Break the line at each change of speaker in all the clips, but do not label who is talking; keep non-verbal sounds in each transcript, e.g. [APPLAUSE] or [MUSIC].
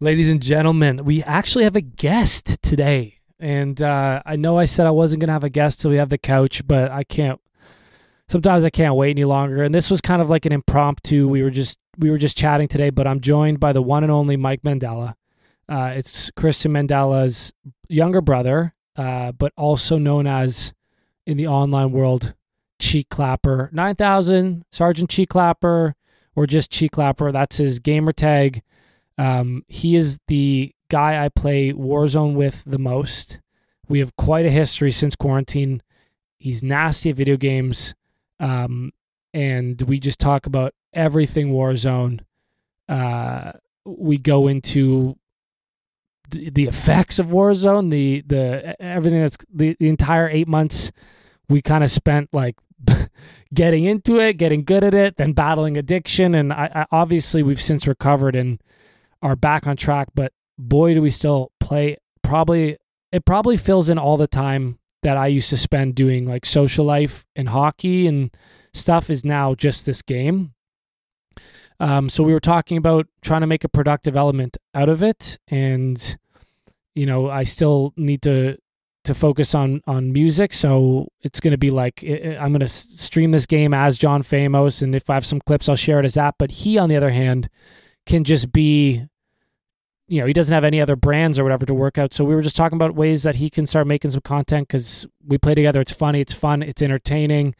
Ladies and gentlemen, we actually have a guest today. And uh, I know I said I wasn't going to have a guest till we have the couch, but I can't. Sometimes I can't wait any longer. And this was kind of like an impromptu. We were just we were just chatting today, but I'm joined by the one and only Mike Mandela. Uh, it's Christian Mandela's younger brother, uh, but also known as in the online world Cheek Clapper 9000, Sergeant Cheek Clapper, or just Cheek Clapper. That's his gamer tag. Um, he is the guy I play Warzone with the most. We have quite a history since quarantine. He's nasty at video games. Um, and we just talk about everything Warzone. Uh, we go into th- the effects of Warzone, the the everything that's the, the entire eight months we kind of spent like [LAUGHS] getting into it, getting good at it, then battling addiction, and I, I, obviously we've since recovered and are back on track. But boy, do we still play! Probably it probably fills in all the time that I used to spend doing like social life and hockey and stuff is now just this game. Um, so we were talking about trying to make a productive element out of it, and you know I still need to to focus on on music. So it's going to be like i I'm going to stream this game as John Famos, and if I have some clips, I'll share it as that. But he, on the other hand, can just be, you know, he doesn't have any other brands or whatever to work out. So we were just talking about ways that he can start making some content because we play together. It's funny, it's fun, it's entertaining.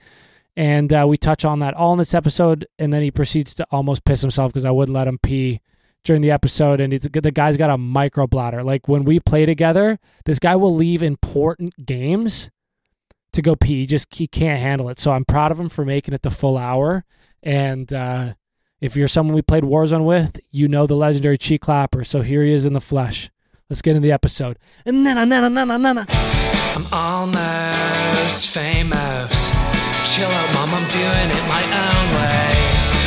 And uh, we touch on that all in this episode, and then he proceeds to almost piss himself because I wouldn't let him pee during the episode, and it's, the guy's got a micro bladder. Like when we play together, this guy will leave important games to go pee. He just he can't handle it. So I'm proud of him for making it the full hour. And uh, if you're someone we played Warzone with, you know the legendary Cheek Clapper. So here he is in the flesh. Let's get into the episode. And then, and then, and then, and then.
I'm almost famous. Chill out, mom, I'm doing it my own way.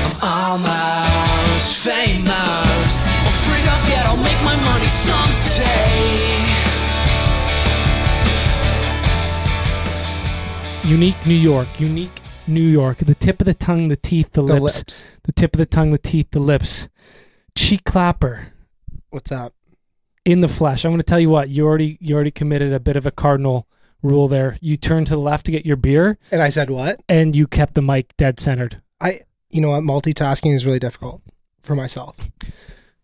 I'm almost famous. I'll freak off dead, I'll make my money someday.
Unique New York. Unique New York. The tip of the tongue, the teeth, the,
the
lips.
lips.
The tip of the tongue, the teeth, the lips. Cheek clapper
What's up?
in the flesh. I'm going to tell you what. You already you already committed a bit of a cardinal rule there. You turned to the left to get your beer,
And I said what?
and you kept the mic dead centered.
I you know what? Multitasking is really difficult for myself.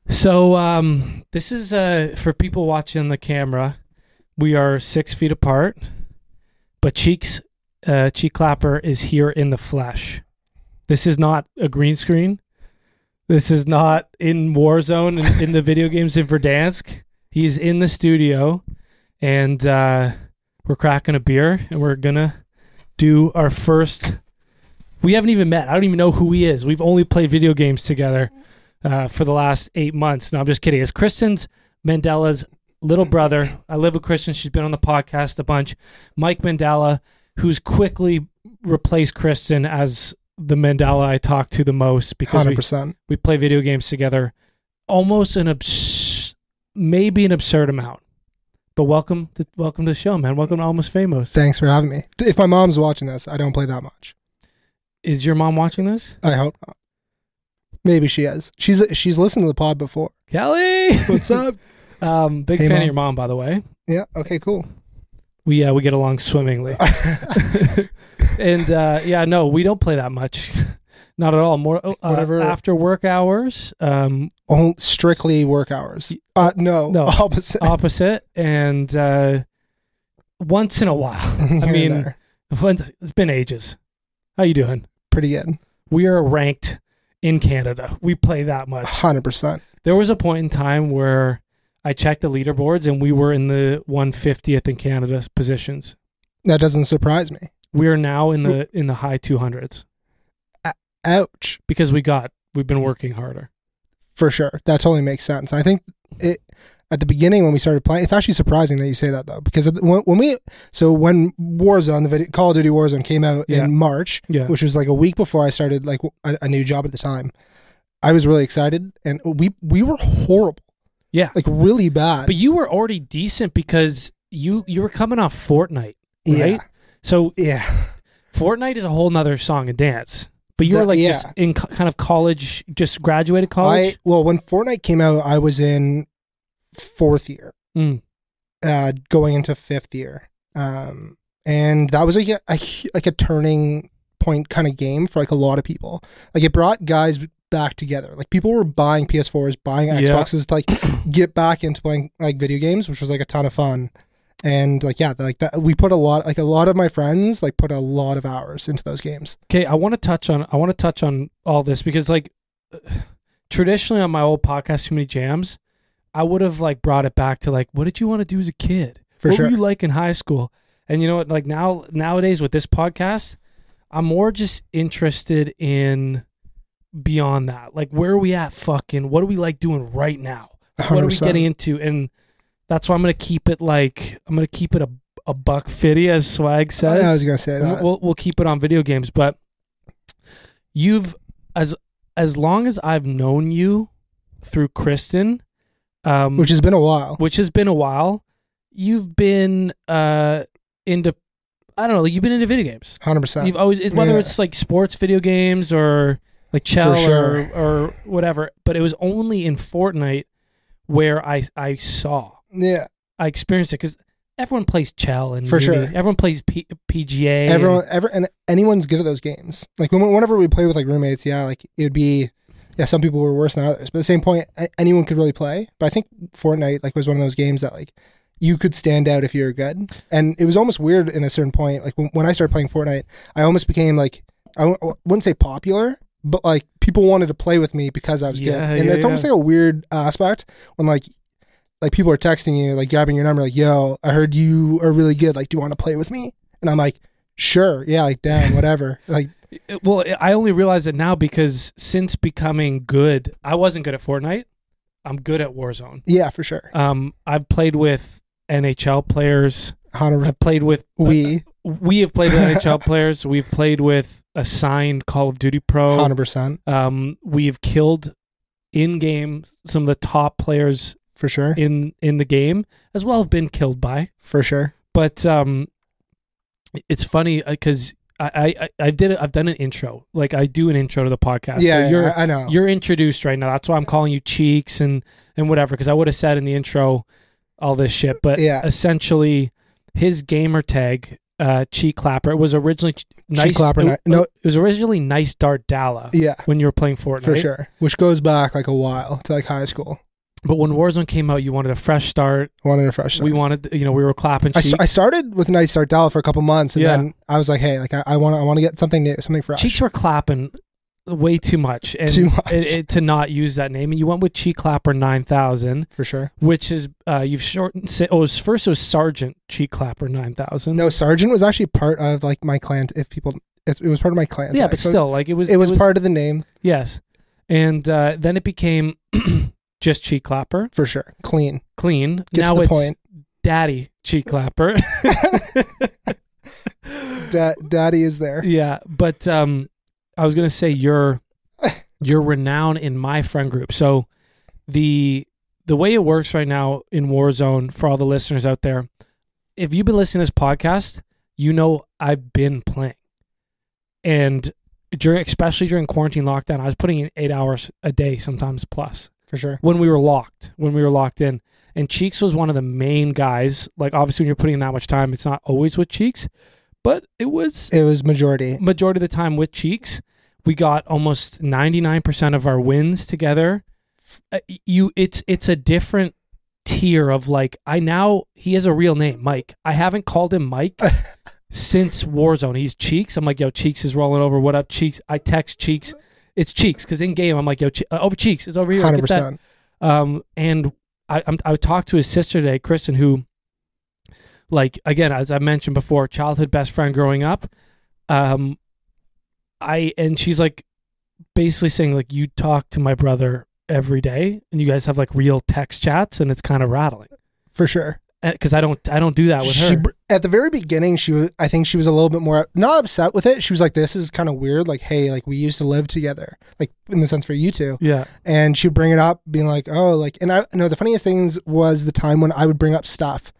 So um, this is uh, for people watching the camera. We are six feet apart, but cheeks uh, cheek clapper is here in the flesh. This is not a green screen. This is not in Warzone and in the video games in Verdansk. He's in the studio, and uh, we're cracking a beer, and we're gonna do our first. We haven't even met. I don't even know who he is. We've only played video games together uh, for the last eight months. No, I'm just kidding. It's Kristen's Mandela's little brother. I live with Kristen. She's been on the podcast a bunch. Mike Mandela, who's quickly replaced Kristen as the Mandela I talk to the most because
Hundred
we,
percent.
we play video games together almost an abs- maybe an absurd amount. But welcome to welcome to the show, man. Welcome to Almost Famous.
Thanks for having me. If my mom's watching this, I don't play that much.
Is your mom watching this?
I hope not. Maybe she is. She's she's listened to the pod before.
Kelly. [LAUGHS]
What's up?
Um big
Hey,
fan
Mom.
of your mom by the way.
Yeah. Okay. Cool. [LAUGHS]
We uh, we get along swimmingly. and uh, yeah, no, we don't play that much. [LAUGHS] Not at all. More uh,
Whatever-
after work hours, um,
Only, strictly work hours. Uh, no.
No.
[LAUGHS] Opposite.
opposite, and uh, once in a
[LAUGHS]
while.
Here and
mean-
there.
Once- it's been ages. How you doing?
pretty good.
we are ranked in Canada. We play that much.
Hundred percent.
There was a point in time where I checked the leaderboards and we were in the 150th in Canada positions.
That doesn't surprise me.
We are now in the in the high 200s
Ouch.
because we got we've been working harder.
For sure. That totally makes sense. I think it at the beginning when we started playing. It's actually surprising that you say that though, because at the- when, when we so when Warzone, the video, Call of Duty Warzone came out
Yeah.
in March,
Yeah.
which was like a week before I started like a, a new job at the time. I was really excited, and we we were horrible,
Yeah.
like really bad.
But you were already decent because you you were coming off Fortnite,
yeah,
right? So
yeah,
Fortnite is a whole nother song and dance. But you were
That-
like
yeah.
just in co- kind of college, just graduated college.
I well, when Fortnite came out, I was in fourth year,
Mm.
uh, going into fifth year, um, and that was like a, a hu- like a turning point kind of game for like a lot of people. Like it brought guys back together. Like people were buying PS4s, buying
Yeah.
Xboxes to
[CLEARS THROAT]
like get back into playing like video games, which was like a ton of fun. And like yeah, like that we put a lot like a lot of my friends like put a lot of hours into those games.
Okay, I want to touch on I want to touch on all this because like [SIGHS] traditionally on my old podcast, too many jams, I would have like brought it back to like what did you want to do as a kid?
For
what
sure.
were you like in high school? And you know what? Like now nowadays with this podcast, I'm more just interested in beyond that. Like where are we at? Fucking what do we like doing right now? What are we
100%.
getting into? And that's why I'm gonna keep it like I'm gonna keep it a a buck fifty as Swag says.
Oh, I was gonna say
And
that.
We'll we'll keep it on video games, but you've as as long as I've known you through Kristen, um,
which has been a while.
which has been a while, you've been uh into I don't know, like you've been into video games.
Hundred percent.
You've always it's, whether
yeah.
it's like sports video games or like Chell or,
sure.
or whatever, but it was only in Fortnite where I I saw
Yeah,
I experienced it because everyone plays Chell and
For
Uni.
sure.
everyone plays P- PGA. and-
everyone, ever, and anyone's good at those games. Like when, whenever we play with like roommates, yeah, like it would be, yeah, some people were worse than others. But at the same point, a- anyone could really play. But I think Fortnite like was one of those games that like you could stand out if you were good. And it was almost weird in a certain point. Like when, when I started playing Fortnite, I almost became like I w- I wouldn't say popular, but like people wanted to play with me because I was good.
Yeah,
And
yeah,
it's almost
yeah.
like a weird aspect when like like people are texting you, like grabbing your number, like, yo, I heard you are really good. Like, do you want to play with me? And I'm like, sure. Yeah, like,
[LAUGHS]
damn, whatever. Like,
Well, I only realize it now because since becoming good, I wasn't good at Fortnite. I'm good at Warzone.
yeah, for sure.
Um, I've played with NHL players.
100%.
I've played with
We,
we have played with NHL players. We've played with assigned Call of Duty pro.
100%,
Um, we've killed in game some of the top players
for sure.
in in the game as well. Have been killed by.
For sure.
but um it's funny because I, I i did i've done an intro like i do an intro to the podcast
yeah,
so you're
I, I know.
you're introduced right now that's why i'm calling you cheeks and and whatever because i would have said in the intro all this shit but
Yeah.
essentially his gamer tag uh cheek clapper was originally ch- nice
Clapper,
it,
ni- no-
it was originally nice dart dalla
yeah,
when you were playing fortnite
for sure. Which goes back like a while to like high school.
but when warzone came out you wanted a fresh start
I wanted a fresh start.
we wanted you know we were clapping
I,
cheeks.
I started with Night Star Dell for a couple months, and
Yeah.
then I was like, "Hey, like I want to, I want to get something new, something fresh."
Cheeks were clapping way too much, and
Too much.
It, it, to not use that name. And you went with Cheek Clapper nine thousand,
for sure.
which is uh, you've shortened. Say, oh, it was, first it was Sergeant Cheek Clapper nine thousand.
No, Sergeant was actually part of like my clan. If people, it, it was part of my clan.
yeah, but
So
still, like it was.
it was part of the name
Yes, and uh, then it became [CLEARS THROAT] just Cheek Clapper,
for sure. Clean.
clean.
Get
now
to the
it's
point.
Daddy Cheek Clapper.
Da- Daddy is
[LAUGHS]
there.
yeah, but um, I was gonna say you're you're renowned in my friend group. So the the way it works right now in Warzone for all the listeners out there, if you've been listening to this podcast, you know I've been playing, and during especially during quarantine lockdown, I was putting in eight hours a day, sometimes plus
For sure.
when we were locked, when we were locked in. And Cheeks was one of the main guys. Like obviously when you're putting in that much time, it's not always with Cheeks, but it was
It was majority.
majority of the time with Cheeks. We got almost 99% of our wins together. Uh, you it's it's a different tier of like I now he has a real name, Mike. I haven't called him Mike since Warzone. He's Cheeks. I'm like, "Yo, Cheeks is rolling over. What up, Cheeks?" I text Cheeks. It's Cheeks cuz in game I'm like, "Yo, che- uh, over Cheeks. It's over here. Get that
100%.
um, and I I'm, I talked to his sister today, Kristen, who, like again as I mentioned before, childhood best friend growing up. Um, I and she's like basically saying like you talk to my brother every day, and you guys have like real text chats, and it's kind of rattling
For sure.
because I don't I don't do that with
She,
her.
br- at the very beginning, she was, I think she was a little bit more, not upset with it. She was like, this is kind of weird. Like, hey, like we used to live together, like in the sense for you two.
yeah,
And she'd bring it up, being like, oh, like, and I know the funniest things was the time when I would bring up stuff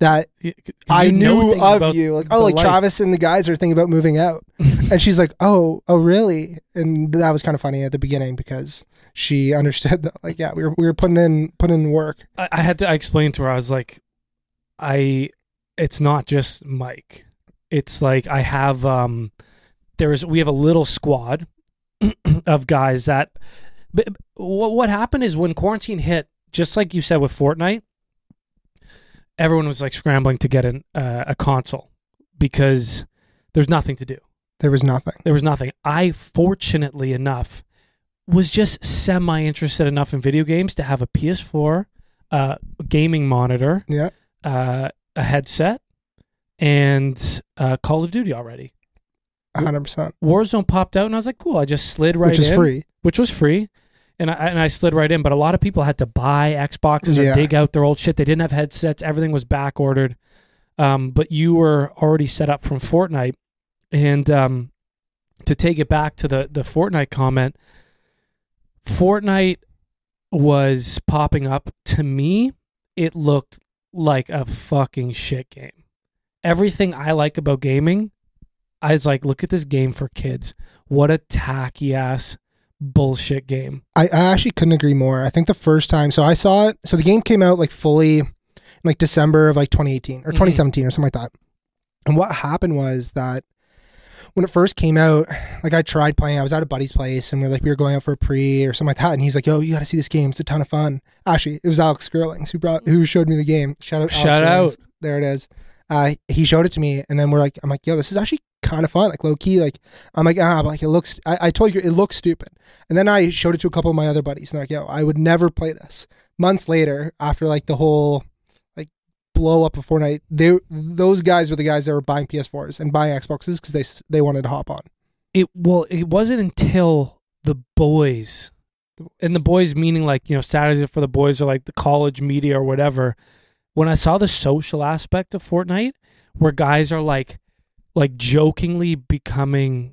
that
You- 'cause
I
you know
knew
things
of
about
you. Like, oh,
the
like
life.
Travis and the guys are thinking
[LAUGHS]
about moving out. and she's like, oh, oh, really? And that was kind of funny at the beginning because she understood that like yeah we were we were putting in putting in work
I, I had to I explained to her, I was like, I it's not just Mike. It's like I have um there is we have a little squad [CLEARS THROAT] of guys that but what what happened is when quarantine hit, just like you said with Fortnite, everyone was like scrambling to get an uh, a console because there's nothing to do.
there was nothing
There was nothing. I fortunately enough was just semi interested enough in video games to have a PS4, uh, gaming monitor,
yeah
uh, a headset, and uh, Call of Duty already.
a hundred percent
Warzone popped out, and I was like, cool. I just slid right
which is
in,
free
which was free, and I and I slid right in. But a lot of people had to buy Xboxes
Yeah.
or dig out their old shit. They didn't have headsets. Everything was back ordered. Um, but you were already set up from Fortnite, and um, to take it back to the the Fortnite comment, Fortnite was popping up to me. It looked like a fucking shit game. Everything I like about gaming, I was like, look at this game for kids. What a tacky ass bullshit game.
I, I actually couldn't agree more. I think the first time, so I saw it. So the game came out like fully, in, like December of like 2018 or
Mhm.
2017 or something like that. And what happened was that when it first came out, like I tried playing. I was at a buddy's place, and we are like we were going out for a pre or something like that. And he's like, "Yo, you got to see this game. It's a ton of fun." Actually, it was Alex Skirlings who brought who showed me the game. Shout out! Alex
Shout
Skirlings. There it is. Uh, he showed it to me, and then we're like, "I'm like, yo, this is actually kind of fun. Like low key. Like I'm like, ah, but like it looks. I, I told you it looks stupid." And then I showed it to a couple of my other buddies, and they're like, "Yo, I would never play this." Months later, after like the whole like blow up of Fortnite, they those guys were the guys that were buying PS4s and buying Xboxes because they s- they wanted to hop on.
It well, it wasn't until the boys and the boys meaning like, you know, Saturdays are for the boys or like the college media or whatever. When I saw the social aspect of Fortnite, where guys are like like jokingly becoming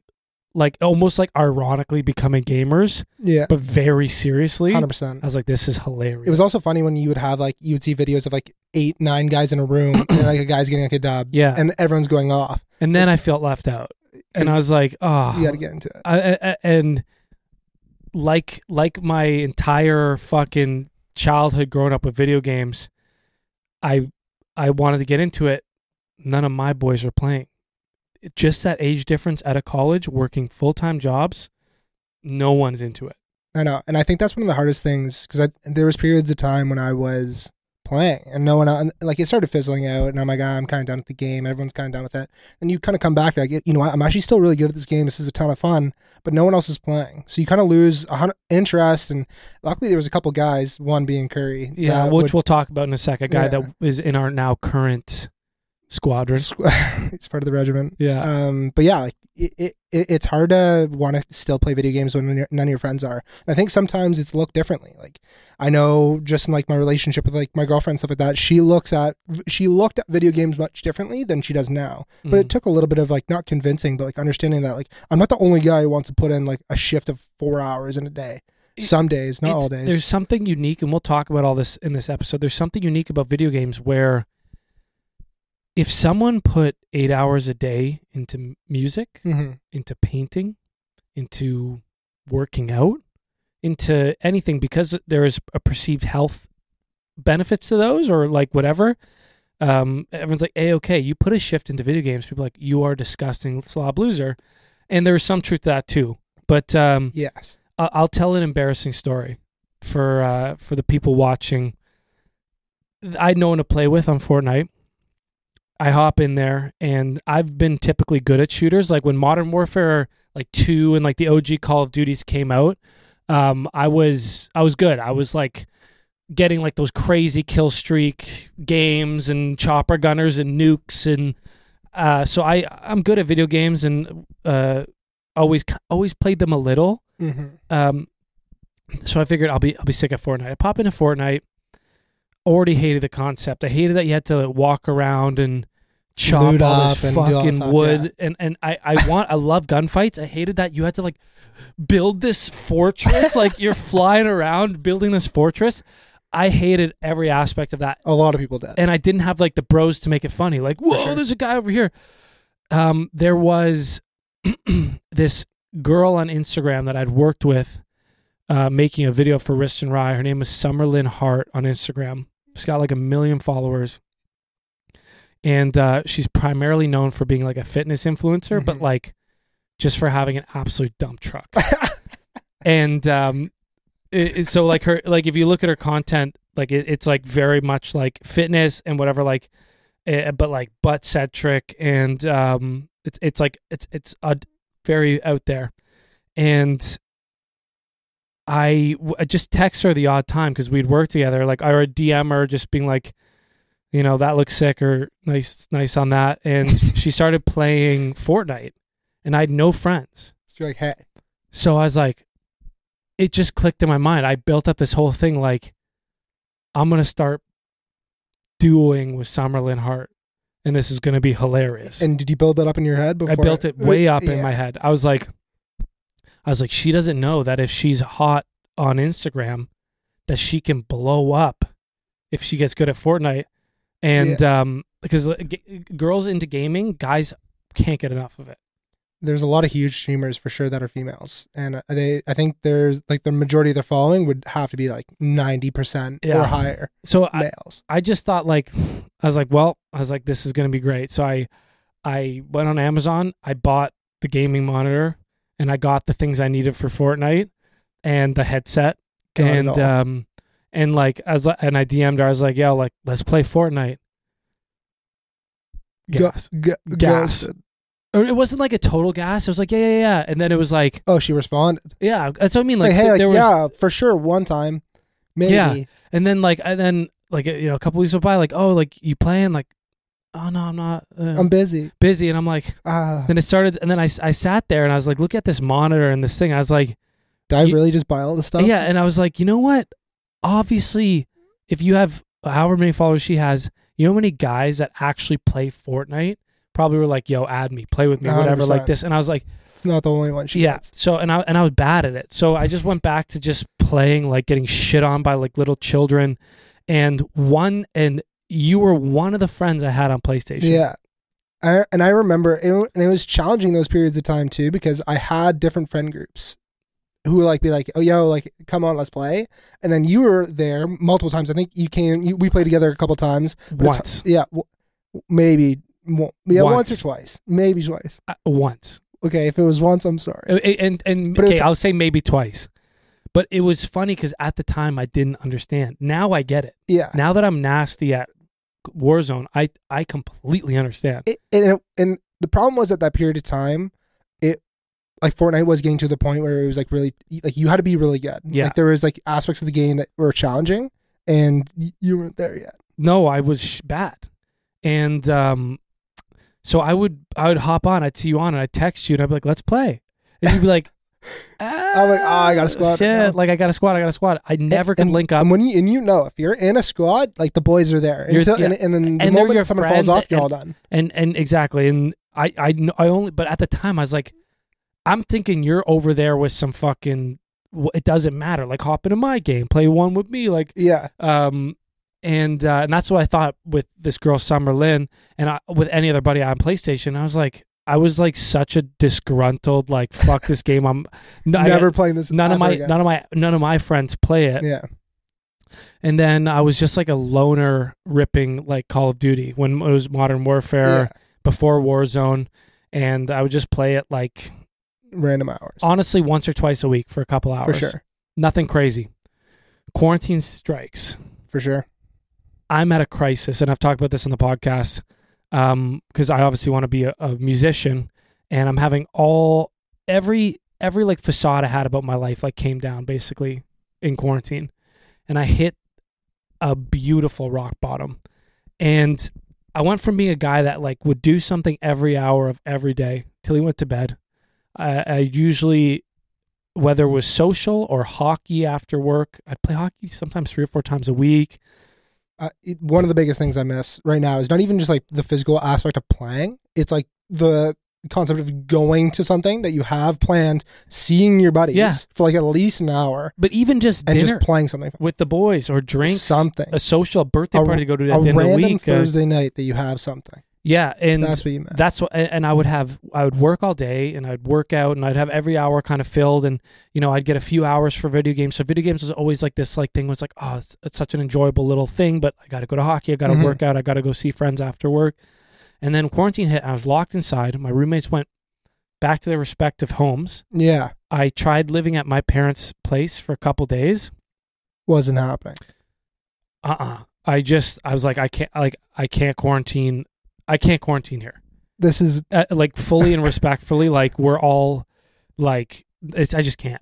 like almost like ironically becoming gamers,
Yeah,
but very seriously.
hundred
I
percent.
was like, this is hilarious.
It was also funny when you would have like you would see videos of like eight nine guys in a room and like a guy's getting like a dub.
Yeah.
and everyone's going off.
and then I felt left out. And I was like, oh,
You got to get into it.
I, I, I- and like like my entire fucking childhood growing up with video games, I I wanted to get into it. None of my boys were playing. It- Just that age difference out of college, working full time jobs, no one's into it.
I know, and I think that's one of the hardest things because there was periods of time when I was playing and no one and, like it started fizzling out, and I'm like, ah, I'm kind of done with the game. Everyone's kind of done with it, and you kind of come back you're like, you know, what? I'm actually still really good at this game. This is a ton of fun, but no one else is playing, so you kind of lose a hundred, interest. And luckily, there was a couple guys, one being Curry,
Yeah,
that
which
would-
we'll talk about in a sec. A guy
Yeah.
that is in our now current squadron.
[LAUGHS] it's part of the regiment.
Yeah,
um but yeah like it, it it- it's hard to want to still play video games when your- none of your friends are and i think sometimes it's looked differently like i know just in like my relationship with like my girlfriend stuff like that she looks at she looked at video games much differently than she does now but
Mm.
it took a little bit of like not convincing but like understanding that like i'm not the only guy who wants to put in like a shift of four hours in a day
It-
some days not
It's-
all days
There's something unique, and we'll talk about all this in this episode. There's something unique about video games where if someone put eight hours a day into m- music,
hmm
into painting, into working out, into anything, because there is a perceived health benefits to those or like whatever. Um, everyone's like, "Hey, okay, you put a shift into video games." People are like, "You are a disgusting slob loser," and there's some truth to that too. But um,
yes
I- I'll tell an embarrassing story for uh, for the people watching. I know one to play with on Fortnite. I hop in there, and I've been typically good at shooters. Like when Modern Warfare, like two, and like the OG Call of Duties came out, um, I was I was good. I was like getting like those crazy kill streak games and chopper gunners and nukes and uh, so I I'm good at video games and uh, always always played them a little.
hmm
Um, so I figured I'll be I'll be sick of Fortnite. I pop into Fortnite. Already hated the concept. I hated that you had to walk around and chop
Loot
all
up and
this
do all
fucking
stuff,
wood.
yeah.
And and I I want I love gunfights. I hated that you had to like build this fortress. like
[LAUGHS]
you're flying around building this fortress. I hated every aspect of that
a lot of people did
and I didn't have like the bros to make it funny. Like, whoa,
sure.
there's a guy over here. Um, there [CLEARS THROAT] was this girl on Instagram that I'd worked with uh, making a video for Wrist and Rye. Her name is Summerlin Hart on Instagram. She's got like a million followers. And uh, she's primarily known for being like a fitness influencer, but
Mhm.
like just for having an absolute dump truck. and um, it, it- so like her, like if you look at her content, like it, it's like very much like fitness and whatever, like, eh, but like butt centric, and um, it's it's like it's it's a very out there, and I, w- I just text her the odd time because we'd work together. Like I would DM her just being like, you know, that looks sick or nice, nice on that. And she started playing Fortnite, and I had no friends.
You're like, hey,
So I was like, it just clicked in my mind. I built up this whole thing like, I'm gonna start dueling with Summerlin Hart, and this is gonna be hilarious.
and did you build that up in your head before?
I built it way up in
[LAUGHS] Yeah.
my head. I was like, I was like, she doesn't know that if she's hot on Instagram, that she can blow up if she gets good at Fortnite, and um, because like, g- girls into gaming, guys can't get enough of it.
There's a lot of huge streamers for sure that are females, and uh, they. I think there's like the majority of their following would have to be like ninety percent
Yeah.
or higher
So I,
males.
I just thought like, [SIGHS] I was like, well, I was like, this is gonna be great. So I, I went on Amazon, I bought the gaming monitor, and I got the things I needed for Fortnite, and the headset.
Got it
and
all.
um and like as and I DM'd her, I was like, "Yo, like let's play Fortnite."
Go-
Gas.
G-
Gas.
ghosted.
Or it wasn't like a total gas. It was like, yeah, yeah, yeah. And then it was like,
Oh, she responded.
yeah. That's what I mean.
Like,
Like,
hey,
th-
like,
there was,
yeah, for sure. One time, maybe.
Yeah. and then like, and then like, you know, a couple weeks went by. Like, oh, like you playing? Like, oh no, I'm not. Uh,
I'm busy.
busy. And I'm like,
Ah,
then it started, and then I, s- I sat there and I was like, look at this monitor and this thing. I was like,
did I
you-
really just buy all this stuff?
Yeah, and I was like, you know what? Obviously, if you have however many followers she has, you know how many guys that actually play Fortnite probably were like, "Yo, add me, play with me, whatever, like
100%.
this." And I was like,
It's not the only one she
"Yeah."
gets.
So and I and I was bad at it, so I just went back to just playing, like getting shit on by like little children, and one and you were one of the friends I had on PlayStation.
Yeah. I, and I remember, it, wa- and it was challenging those periods of time too because I had different friend groups who would like be like, "Oh, yo, like, come on, let's play." And then you were there multiple times. I think you came, you, we played together a couple times. but it's-
once,
yeah, w- maybe, mo- yeah, once. or
Once.
twice, maybe twice.
Uh, once.
Okay, if it was once, I'm sorry.
Uh, and and
But it
okay,
was-
I'll say maybe twice. But it was funny because at the time I didn't understand. Now I get it.
Yeah,
Now that I'm nasty at Warzone, I I completely understand.
it, and it, and the problem was at that period of time, it like Fortnite was getting to the point where it was like really like you had to be really good.
Yeah.
like there was like aspects of the game that were challenging, and y- you weren't there yet.
No, I was sh- bad, and um, so I would I would hop on. I'd see you on, and I'd text you, and I'd be like, "Let's play," and you'd be like, "Ah,
I'm like, "Oh, [LAUGHS] I got a squad right
Shit,
now."
like I got a squad. I got a squad. I never could
and,
link up.
And when you and you know if you're in a squad, like the boys are there
You're-
until
yeah.
and, and then the
And they're your
moment someone
friends
falls off, you're
and-
all done.
and and exactly and I I kn- I only but at the time I was like I'm thinking you're over there with some fucking wh- it doesn't matter like hop into my game play one with me like
Yeah,
um and uh, and that's what I thought with this girl Summer Lynn and I, with any other buddy on PlayStation I was like I was like such a disgruntled like fuck this game
[LAUGHS]
I'm no, I-
never playing this.
none of
ever
my
again.
none of my none of my friends play it
yeah,
and then I was just like a loner ripping like Call of Duty when it was Modern Warfare
yeah,
before Warzone, and I would just play it like
random hours
honestly once or twice a week for a couple hours.
for sure,
nothing crazy. Quarantine strikes.
for sure.
I'm at a crisis, and I've talked about this on the podcast because I obviously want to be a, a musician, and I'm having all every every like facade I had about my life like came down basically in quarantine, and I hit a beautiful rock bottom, and I went from being a guy that like would do something every hour of every day till he went to bed. I, I usually whether it was social or hockey after work, I'd play hockey sometimes three or four times a week.
Uh, it- one of the biggest things I miss right now is not even just like the physical aspect of playing. It's like the concept of going to something that you have planned, seeing your buddies
Yeah.
for like at least an hour,
But even just
and
dinner
just playing something.
with the boys or drinks,
Something.
a social birthday
A-
party to go to at
a
the end of the
random
week. uh,
Thursday night that you have something.
Yeah, and
That's what you meant.
that's what and and i would have i would work all day and i'd work out and i'd have every hour kind of filled and you know i'd get a few hours for video games so video games was always like this like thing was like oh it's, it's such an enjoyable little thing but i gotta go to hockey i gotta
Mhm.
work out i gotta go see friends after work and then quarantine hit i was locked inside my roommates went back to their respective homes
yeah
i tried living at my parents place for a couple days
wasn't happening.
uh-uh i just i was like i can't like i can't quarantine i can't quarantine here
This is
uh, like fully [LAUGHS] and respectfully like we're all like it's, i just can't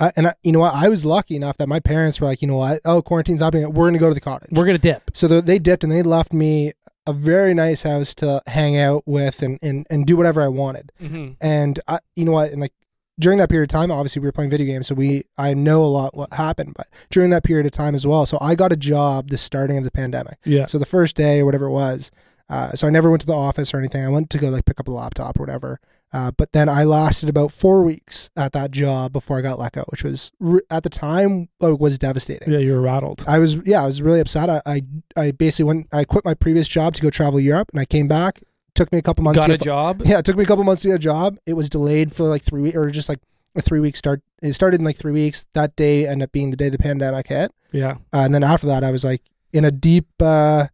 I, and I, you know what I was lucky enough that my parents were like you know what oh quarantine's happening we're gonna go to the cottage.
we're gonna dip
so they- they dipped and they left me a very nice house to hang out with and and, and do whatever I wanted.
mm-hmm.
And I, you know what and like during that period of time obviously we were playing video games so we I know a lot what happened but during that period of time as well so I got a job the starting of the pandemic.
yeah
So the first day or whatever it was, uh, so I never went to the office or anything. I went to go like pick up a laptop or whatever. Uh, but then I lasted about four weeks at that job before I got let go, which was re- at the time like, was devastating.
yeah you're rattled
I was yeah, I was really upset. I, I I basically went I quit my previous job to go travel Europe, and I came back. Took me a couple months.
got
to
a
get-
job
Yeah, it took me a couple months to get a job. It was delayed for like three weeks, or just like a three week start. It started in like three weeks. That day ended up being the day the pandemic hit.
yeah
Uh, and then after that, I was like in a deep uh,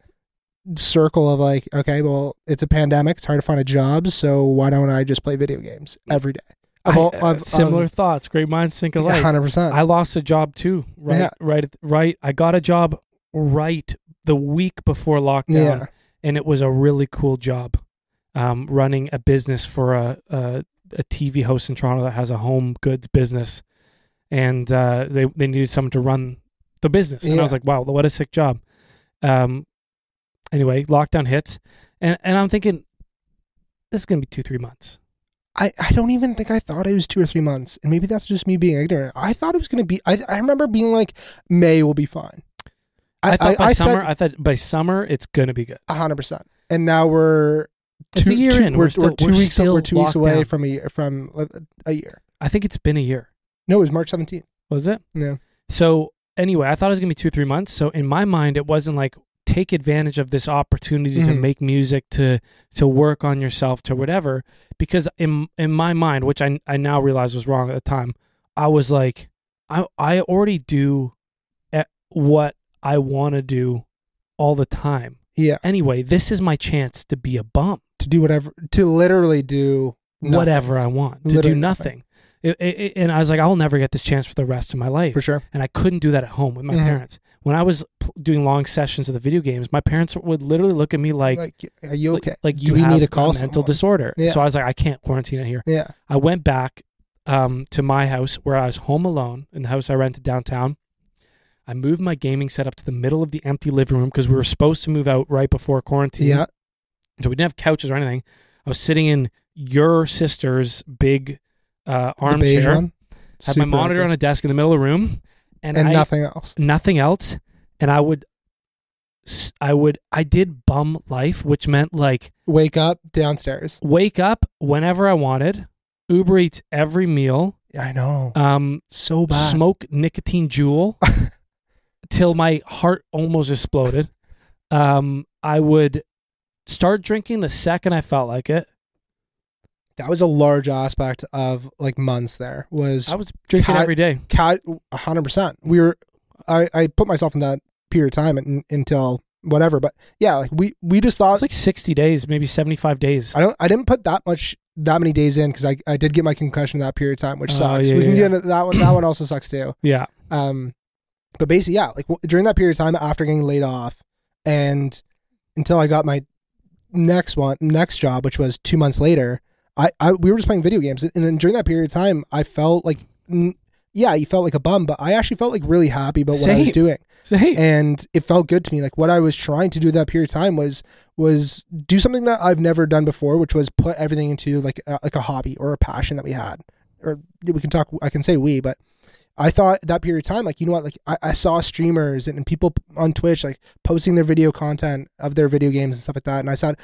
circle of like, okay, well, it's a pandemic. It's hard to find a job. So why don't I just play video games every day? Of
I-
all,
uh,
of,
similar thoughts great minds think [LAUGHS]
Of,
alike
100%.
i lost a job too right
Yeah.
right at- right i got a job right the week before lockdown
yeah.
and it was a really cool job um, running a business for a, a a TV host in Toronto that has a home goods business, and uh, they they needed someone to run the business, and I
Yeah.
was like, wow, what a sick job. Um, anyway, lockdown hits, and and I'm thinking this is gonna be two three months.
I, I don't even think I thought it was two or three months. And maybe that's just me being ignorant. I thought it was going to be, I, I remember being like, May will be fine.
I, thought by
said
summer, I thought by summer it's gonna be good.
100%. And now we're.
It's a year
two,
in.
We're,
We're still-
two
we're
weeks.
still
we're two weeks
locked
away
down.
from a year, from a- a year.
I think it's been a year.
No, it was March seventeenth.
Was it?
Yeah.
So anyway, I thought it was gonna be two, three months. So in my mind, it wasn't like take advantage of this opportunity to
Mhm.
make music, to to work on yourself, to whatever. Because in in my mind, which I I now realize was wrong at the time, I was like, I I already do e- what I want to do all the time.
Yeah,
Anyway, this is my chance to be a bum
to do whatever, to literally do nothing.
whatever I want to do
Literally nothing.
nothing. It- it- it- and I was like, I'll never get this chance for the rest of my life.
for sure.
and I couldn't do that at home with my
Mhm.
parents. When I was p- doing long sessions of the video games, my parents would literally look at me like,
Like, are you
like-
okay?
Like,
Do
you
we
have
need to call
a mental
someone?
disorder.
Yeah.
So I was like, I can't quarantine it here.
yeah,
I went back um, to my house where I was home alone in the house I rented downtown. I moved my gaming setup to the middle of the empty living room because we were supposed to move out right before quarantine.
yeah,
So we didn't have couches or anything. I was sitting in your sister's big uh,
the beige
armchair.
one.
Had my monitor on a desk in the middle of the room, and,
and,
I,
nothing else.
nothing else and i would s- i would i did bum life which meant like
Wake up downstairs.
wake up whenever i wanted uber eats every meal
I know,
um
so bad.
smoke nicotine jewel till my heart almost exploded um i would start drinking the second i felt like it
that was a large aspect of like months. There was
i was drinking
Cat-
every day
cat hundred percent. We were. I I put myself in that period of time and, until whatever, but yeah, like we we just thought
it's like 60 days maybe 75 days
Uh, I don't. I didn't put that much, that many days in because I, I did get my concussion in that period of time, which
Oh,
sucks.
yeah,
we can
yeah,
get into that one. That one also sucks too.
yeah
Um, but basically, yeah, like w- during that period of time after getting laid off, and until I got my next one, next job, which was two months later, I, I we were just playing video games, and then during that period of time, I felt like, n- yeah, you felt like a bum, but I actually felt like really happy about what I was
Same.
doing
so hey
and it felt good to me like what i was trying to do that period of time was was do something that i've never done before which was put everything into like a, like a hobby or a passion that we had or we can talk i can say we but i thought that period of time like you know what like i, I saw streamers and, and people on twitch like posting their video content of their video games and stuff like that and i said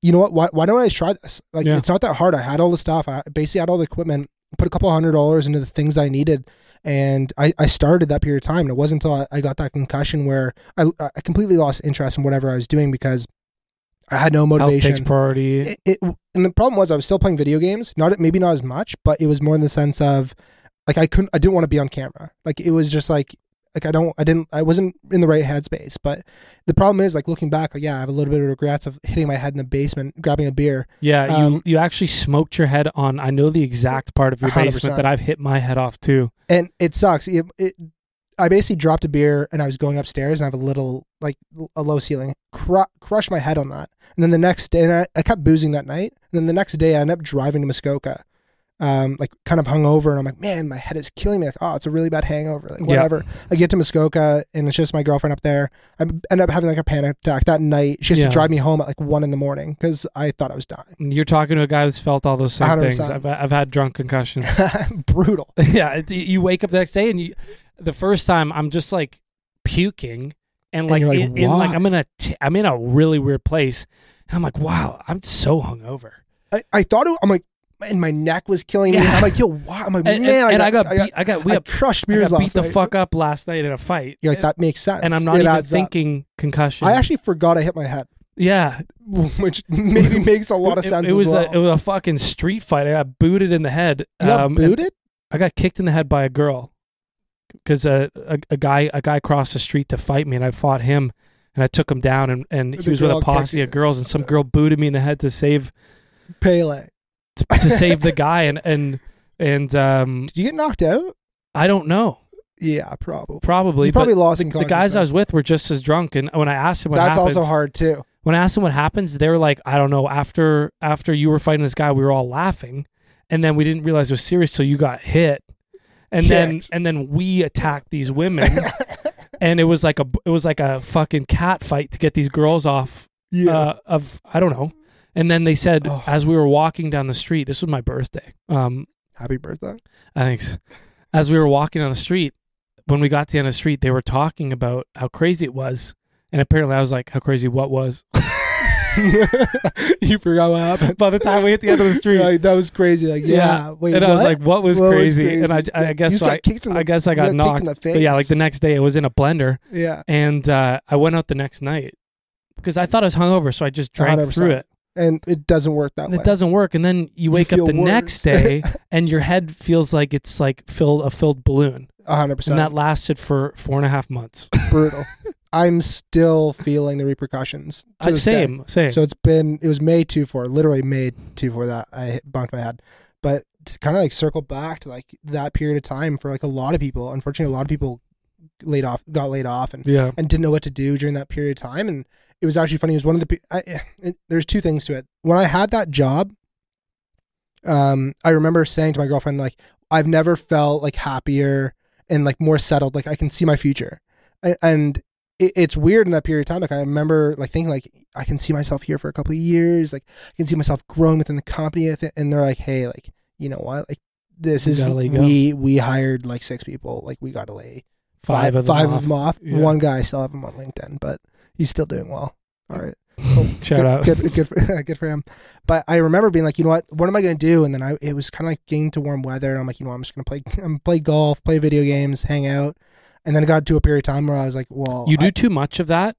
you know what why, why don't i try this like
Yeah.
it's not that hard i had all the stuff i basically had all the equipment put a couple hundred dollars into the things i needed and I, I started that period of time and it wasn't until I, I got that concussion where I, I completely lost interest in whatever I was doing because I had no
Health takes
motivation.
priority.
It, it, and the problem was I was still playing video games, not maybe not as much, but it was more in the sense of like I couldn't, I didn't want to be on camera. Like it was just like like I don't, I didn't, I wasn't in the right headspace. But the problem is like looking back, like, yeah, I have a little bit of regrets of hitting my head in the basement, grabbing a beer.
yeah, you,
um,
you actually smoked your head on. I know the exact part of your basement
100%.
that I've hit my head off too.
and it sucks. It, it, I basically dropped a beer and I was going upstairs and I have a little like a low ceiling. Cru- crushed my head on that, and then the next day, and I, I kept boozing that night. And then the next day, I ended up driving to Muskoka, um, like kind of hungover, and I'm like, man, my head is killing me. Like, oh, it's a really bad hangover. Like
Yeah.
whatever. I get to Muskoka and it's just my girlfriend up there. I end up having like a panic attack that night. She has
Yeah.
to drive me home at like one in the morning because I thought I was dying. [LAUGHS]
You're talking to a guy who's felt all those same things.
100%.
I've, I've had drunk concussions. [LAUGHS]
Brutal.
yeah, it- you wake up the next day and you, the first time I'm just like puking and
And
like,
you're like,
in, in, like
"Why?"
I'm in a t- I'm in a really weird place and I'm like wow I'm so hungover
I, I thought it, I'm like, and my neck was killing me.
Yeah.
I'm like, yo, why? I'm like,
and, and-
man,
and
I, got, I got,
beat, I got we
I
got,
crushed
I
beers
got
last
beat the
night.
fuck up last night in a fight
You're like, that makes sense.
and I'm not
It
even
adds up.
thinking concussion
I actually forgot I hit my head, [LAUGHS]
yeah
which
[LAUGHS]
maybe makes a lot of
It-
sense.
it, was
as well.
a it was a fucking street fight I got booted in the head
you got
Um, and
booted.
I got kicked in the head by a girl because a, a a guy a guy crossed the street to fight me, and I fought him, and I took him down, and, and he
The
was with a
girl kicked
posse
you.
of girls, and some girl booted me in the head to save
Pele.
to, to save the guy, and and and um,
Did you get knocked out?
I don't know,
Yeah, probably.
probably,
you probably
but
lost in
the guys I was with were just as drunk, and when I asked him what
That's
happens,
also hard too. [LAUGHS]
when I asked them what happens, they were like, I don't know. After after you were fighting this guy, we were all laughing, and then we didn't realize it was serious till you got hit, and then
Kicked.
and then we attacked these [LAUGHS] women, and it was like a it was like a fucking cat fight to get these girls off
Yeah.
uh, of I don't know. And then they said
Oh.
as we were walking down the street, this was my birthday. Um,
Happy birthday. [LAUGHS]
Thanks. As we were walking down the street, when we got to the end of the street, they were talking about how crazy it was. And apparently I was like, how crazy what was?
you forgot
[LAUGHS]
what happened.
By the time we hit the end of the street.
Like, that was crazy. Like, yeah. Wait,
and
what?
I was like, what was,
What was
crazy? And I,
crazy?
I
Yeah.
guess
You just
so
got
I,
kicked in the-
I guess I
you
got,
got
knocked.
kicked in the
But yeah, like
face.
the next day, it was in a blender,
yeah.
and uh, I went out the next night because I thought I was hungover, so I just drank through
100%.
it.
And it doesn't work that
And
way.
it doesn't work, and then you wake up
"Oh, feel
the
worse.
next
[LAUGHS]
day, and your head feels like it's like filled a filled balloon,
hundred
and that
percent.
lasted for four and a half months.
Brutal. I'm still feeling the repercussions. To
Uh,
this day.
same, same.
So it's been it was May two four, literally May two four that I hit, bumped my head. But to kind of like circle back to like that period of time for like a lot of people. Unfortunately, a lot of people laid off, got laid off, and
yeah,
and didn't know what to do during that period of time. And it was actually funny. It was one of the pe- I, eh, it, there's two things to it. When I had that job, um, I remember saying to my girlfriend like, I've never felt like happier and like more settled. Like I can see my future, and, and it, it's weird in that period of time. Like I remember like thinking like I can see myself here for a couple of years. Like I can see myself growing within the company. I thi- And they're like, hey, like you know what, like this
You
is
gotta let go.
we we hired like six people. Like we got to lay
five, of them.
five
off.
of them off.
Yeah.
One guy I still have him on LinkedIn, but he's still doing well. All right,
Shout
good,
out.
good, good, for, [LAUGHS] good for him. But I remember being like, you know what? What am I going to do? And then I, it was kind of like getting to warm weather, and I'm like, you know, what? I'm just going to play, [LAUGHS] I'm play golf, play video games, hang out. And then I got to a period of time where I was like, well,
You do
I-
too much of that,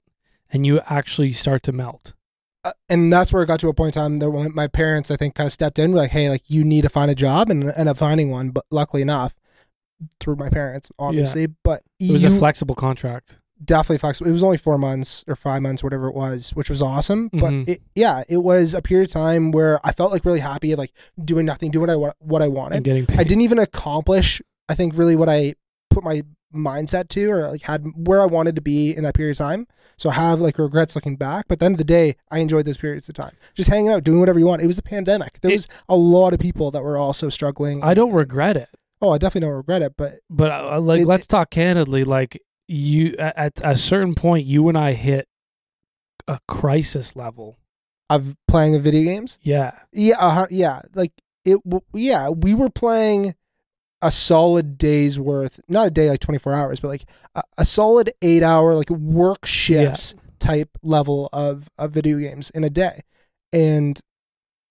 and you actually start to melt.
uh, and that's where it got to a point in time that when my parents, I think, kind of stepped in, were like, hey, like you need to find a job, and end up finding one. But luckily enough, through my parents, obviously. But
It was a
you-
flexible contract.
definitely flexible. It was only four months or five months, whatever it was, which was awesome. But
Mhm.
it, yeah, it was a period of time where I felt like really happy, like doing nothing, doing what I wa- what I
and
wanted.
getting paid.
I didn't even accomplish, I think, really what I put my mindset to, or like had where I wanted to be in that period of time. So I have like regrets looking back. But at the end of the day, I enjoyed those periods of time, just hanging out, doing whatever you want. It was a pandemic. There
It-
was a lot of people that were also struggling.
I don't regret it.
oh, I definitely don't regret it, but
but uh, like
It-
let's talk candidly like you at, at a certain point you and i hit a crisis level
I've playing video games.
yeah
Yeah, uh, yeah, like it. w- Yeah, we were playing a solid day's worth, not a day like twenty four hours, but like a, a solid eight hour like work shifts type level of of video games in a day, and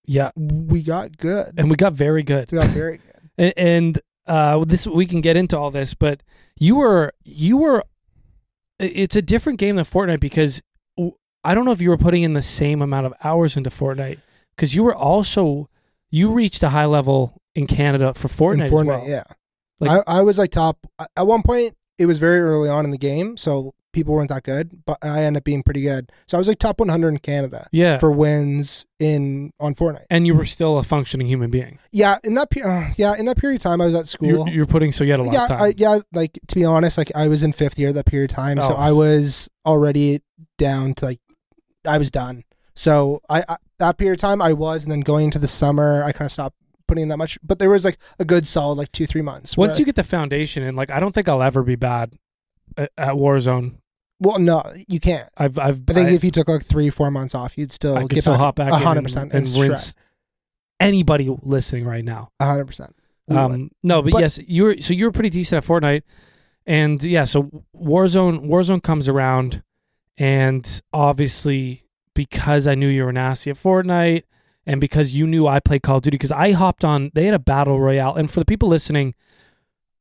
yeah
we got good.
and we got very good
We got very good.
and, and uh this we can get into all this but you were you were i- it's a different game than fortnite because w- I don't know if you were putting in the same amount of hours into Fortnite because you were also you reached a high level in Canada for
in
Fortnite. as
Fortnite,
well.
yeah.
Like-
I, I was like top at one point. It was very early on in the game, so people weren't that good, but I ended up being pretty good. So I was like top 100 in Canada
Yeah.
for wins in on Fortnite.
and you were still a functioning human being.
Yeah, in that pe- uh, yeah in that period of time, I was at school.
You're, you're putting so you had a lot
yeah,
of time.
I, yeah. Like to be honest, like I was in fifth year at that period of time, so
Oh.
I was already down to like I was done. So I, I that period of time I was, and then going into the summer, I kind of stopped putting in that much. But there was like a good solid like two three months.
Once
where-
you get the foundation in, like I don't think I'll ever be bad at, at Warzone.
well, no, you can't.
I've I've
I think
I-
if you took like three four months off, you'd still
I could
get
still
back
hop back in and-
100%
and,
and
rinse anybody listening right now.
hundred percent.
Um, no, but,
But-
yes, you were so you were pretty decent at Fortnite, and yeah, so Warzone Warzone comes around, and obviously because I knew you were nasty at Fortnite, and because you knew I played Call of Duty, because I hopped on, they had a battle royale, and for the people listening.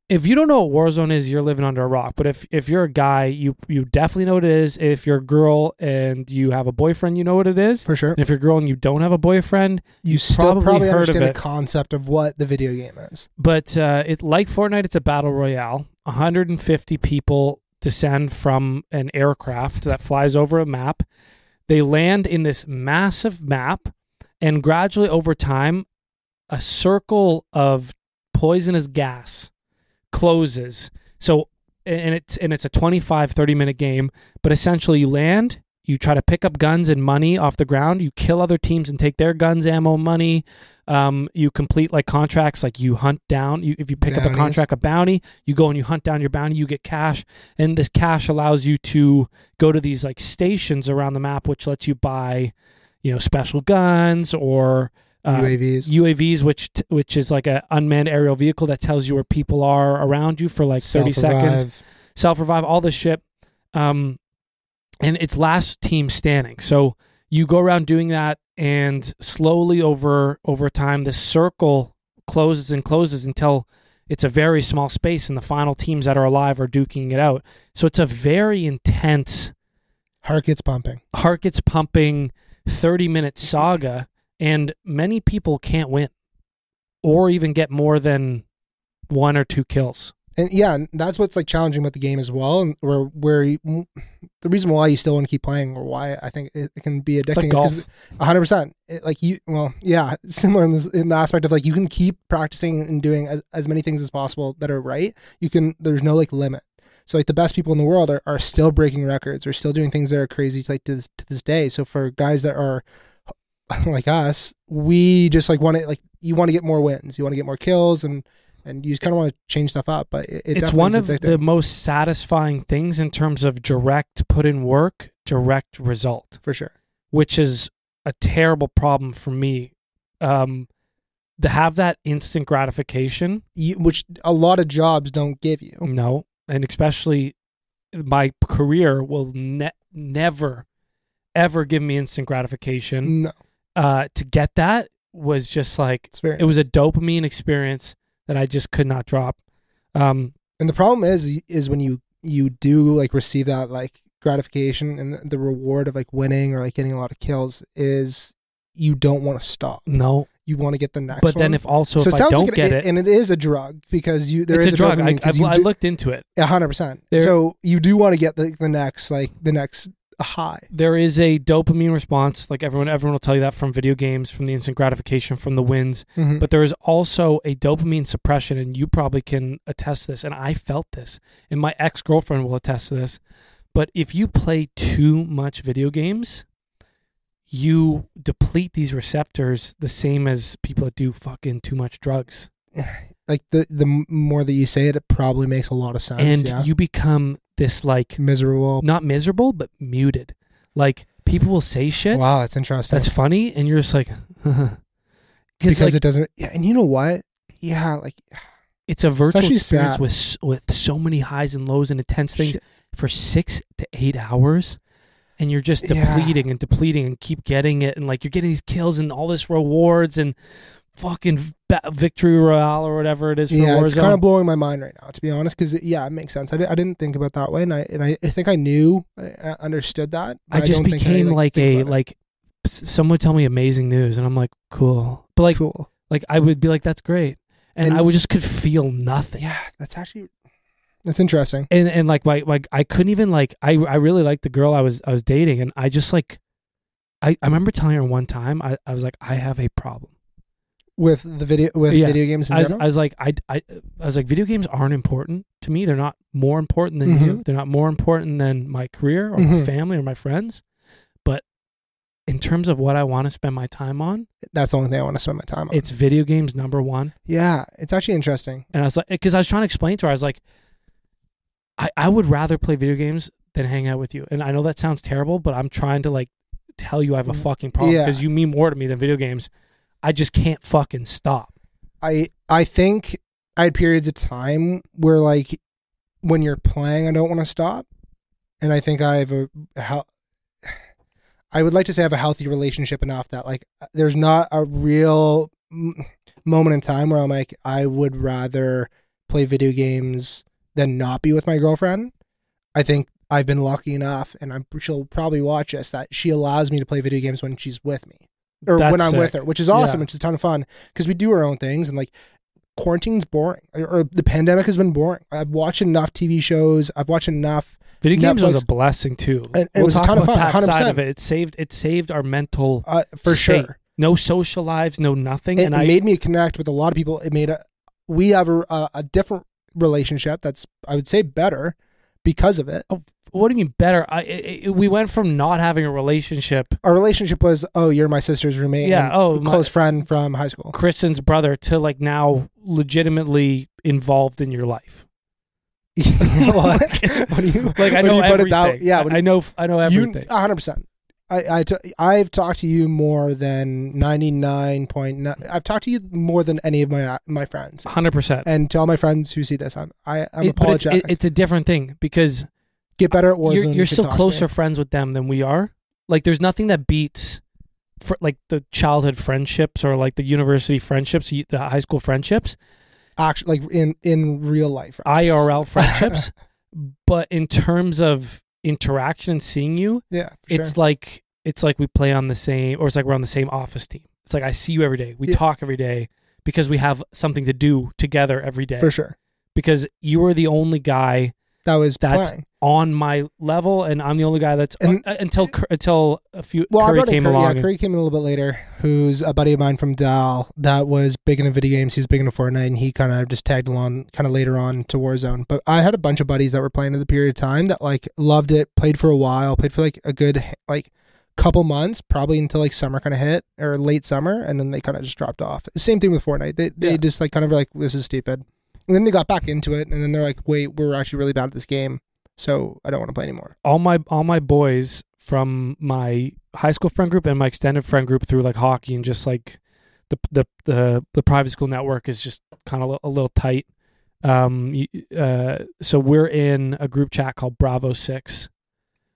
If you don't know what Warzone is, you're living under a rock. But if, if you're a guy, you you definitely know what it is. If you're a girl and you have a boyfriend, you know what it is.
for sure.
And if you're a girl and you don't have a boyfriend,
You still
probably
probably
heard of
understand the
it.
concept of what the video game is.
But uh, it like Fortnite, it's a battle royale. 150 people descend from an aircraft that flies over a map. They land in this massive map, and gradually over time, a circle of poisonous gas closes. So and it's and it's a 25 30 minute game, but essentially you land, you try to pick up guns and money off the ground, you kill other teams and take their guns, ammo, money, um, you complete like contracts like you hunt down you, if you pick up a
Bounties.
contract a bounty you go and you hunt down your bounty you get cash and this cash allows you to go to these like stations around the map which lets you buy you know special guns or uh,
UAVs,
UAVs, which t- which is like a unmanned aerial vehicle that tells you where people are around you for like thirty seconds,
self-revive.
self revive, all this shit, um, and it's last team standing. So you go around doing that, and slowly over over time, this circle closes and closes until it's a very small space, and the final teams that are alive are duking it out. So it's a very intense
Heart gets pumping.
heart gets pumping 30 minute saga and many people can't win or even get more than one or two kills
and yeah, and that's what's like challenging about the game as well, and where where you, mm, the reason why you still want to keep playing, or why I think it, it can be
it's like
addicting,
golf
is one hundred percent. Like you, well, yeah, [LAUGHS] it's similar in, this, in the aspect of like you can keep practicing and doing as, as many things as possible that are right. You can there's no like limit. So like the best people in the world are, are still breaking records, are still doing things that are crazy like to this, to this day. So for guys that are like us, we just like want to like you want to get more wins, you want to get more kills, and and you just kind of want to change stuff up. But it, it
it's
definitely
one
is
of
addictive.
the most satisfying things in terms of direct put in work direct result
for sure.
which is a terrible problem for me um to have that instant gratification
You, which a lot of jobs don't give you.
No, and especially my career will ne- never, ever give me instant gratification.
No,
Uh, to get that was just like
it's very.
it was a dopamine experience that I just could not drop. Um,
and the problem is is when you you do like receive that like gratification and the, the reward of like winning or like getting a lot of kills is you don't want to stop.
no,
You want to get the next.
but then
one.
if also
so
if
it
I
sounds
don't
like
get
an,
it,
and it is a drug because you there is
it's a drug. I,
dopamine 'cause
I,
you
I
do-
looked into it.
A hundred percent.
There-
So you do want to get the, the next, like the next high.
there is a dopamine response like everyone everyone will tell you that from video games from the instant gratification from the wins
Mhm.
but there is also a dopamine suppression and you probably can attest to this and i felt this and my ex-girlfriend will attest to this but if you play too much video games you deplete these receptors the same as people that do fucking too much drugs
Like the the m- more that you say it, it probably makes a lot of sense.
and
yeah.
you become this like
miserable.
not miserable but muted like people will say shit
Wow, that's interesting.
that's funny and you're just like [LAUGHS]
because
because like,
it doesn't. Yeah, and you know what? Yeah, like
it's a virtual
actually
experience
sad.
with s- with so many highs and lows and intense things
Shit.
for six to eight hours and you're just
Yeah.
depleting and depleting and keep getting it and like you're getting these kills and all this rewards and fucking ba- victory royale or whatever it is for
yeah,
Warzone.
it's kind of blowing my mind right now, to be honest. Because yeah, it makes sense. I, di- I didn't think about that way, and I and I, I think I knew, I I understood that. but
I just
don't think
became like,
think
a
about it.
like s- someone would tell me amazing news, and I'm like, cool. But like,
cool.
like I would be like, that's great, and,
And-
I would just could feel nothing.
Yeah, that's actually that's interesting.
and and like my like I couldn't even like I I really liked the girl I was I was dating and I just like I, I remember telling her one time I, I was like I have a problem.
With the video, with
Yeah,
video games in
I was,
general.
I was like I, I I was like video games aren't important to me. They're not more important than you. They're not more important than my career or my
Mhm.
family or my friends. But in terms of what I want to spend my time on,
that's the only thing I want to spend my time on.
it's video games number 1.
yeah, it's actually interesting.
And I was like, because I was trying to explain to her, I was like, I, I would rather play video games than hang out with you. And I know that sounds terrible, but I'm trying to like tell you I have a fucking problem
Mm, Yeah.
because you mean more to me than video games. I just can't fucking stop.
I I think I had periods of time where like when you're playing, I don't want to stop, and I think I have a how. [SIGHS] I would like to say I have a healthy relationship enough that like uh, there's not a real m- moment in time where I'm like I would rather play video games than not be with my girlfriend. I think I've been lucky enough, and I'm she'll probably watch this that she allows me to play video games when she's with me or
That's
when I'm with
sick.
her, which is awesome,
Yeah.
which is a ton of fun because we do our own things and like quarantine's boring or, or the pandemic has been boring. I've watched enough TV shows. I've watched enough.
Video games was
Netflix-
a blessing too.
And- and it was a ton of fun,
that side
100%.
of it. It saved it saved our mental
Uh, for
state.
sure.
No social lives, no nothing.
It,
and
it
I
made me connect with a lot of people. It made a, we have a, a, a different relationship that's, I would say, better because of it.
what do you mean better? I it, it, we went from not having a relationship,
Our relationship was, oh, you're my sister's roommate.
Yeah,
and
oh, my-
close friend from
[LAUGHS]
high school. [LAUGHS]
Kristen's brother, to like now legitimately involved in your life.
[LAUGHS] what?
Like-
What do you
like I
when
know
you put
everything.
it that, yeah, when
I know I know everything.
You, 100%. I, I t- I've talked to you more than 99.9. I've talked to you more than any of my my friends.
Hundred percent.
And to all my friends who see this, I'm, I, I'm
It- but it's,
apologetic.
it- it's a different thing because
Get better at Warzone.
you're, you're
good
still
talk to
closer
me.
friends with them than we are. Like there's nothing that beats, fr- like the childhood friendships or like the university friendships, y- the high school friendships,
Actu- like in, in real life.
Uh, IRL
[LAUGHS]
friendships. but in terms of interaction and seeing you,
Yeah, for
it's
sure.
like it's like we play on the same or it's like we're on the same office team it's like i see you every day we
Yeah.
talk every day because we have something to do together every day
For sure.
because you were the only guy
That was
That's-
playing.
on my level and i'm the only guy that's
And-
uh, until Cur- until a few
Well, I
curry
brought in
came
Curry,
along
Yeah,
and-
Curry came in a little bit later, who's a buddy of mine from Dal that was big into video games. He was big into Fortnite, and he kind of just tagged along kind of later on to Warzone. But I had a bunch of buddies that were playing at the period of time that like loved it, played for a while, played for like a good like couple months, probably until like summer kind of hit or late summer, and then they kind of just dropped off. Same thing with Fortnite. They they
Yeah.
just like kind of were like this is stupid, and then they got back into it, and then they're like, wait, we're actually really bad at this game, so I don't want to play anymore.
all my all my boys from my high school friend group and my extended friend group through like hockey and just like the the the, the private school network is just kind of a little tight. Um, y- uh, so we're in a group chat called Bravo Six,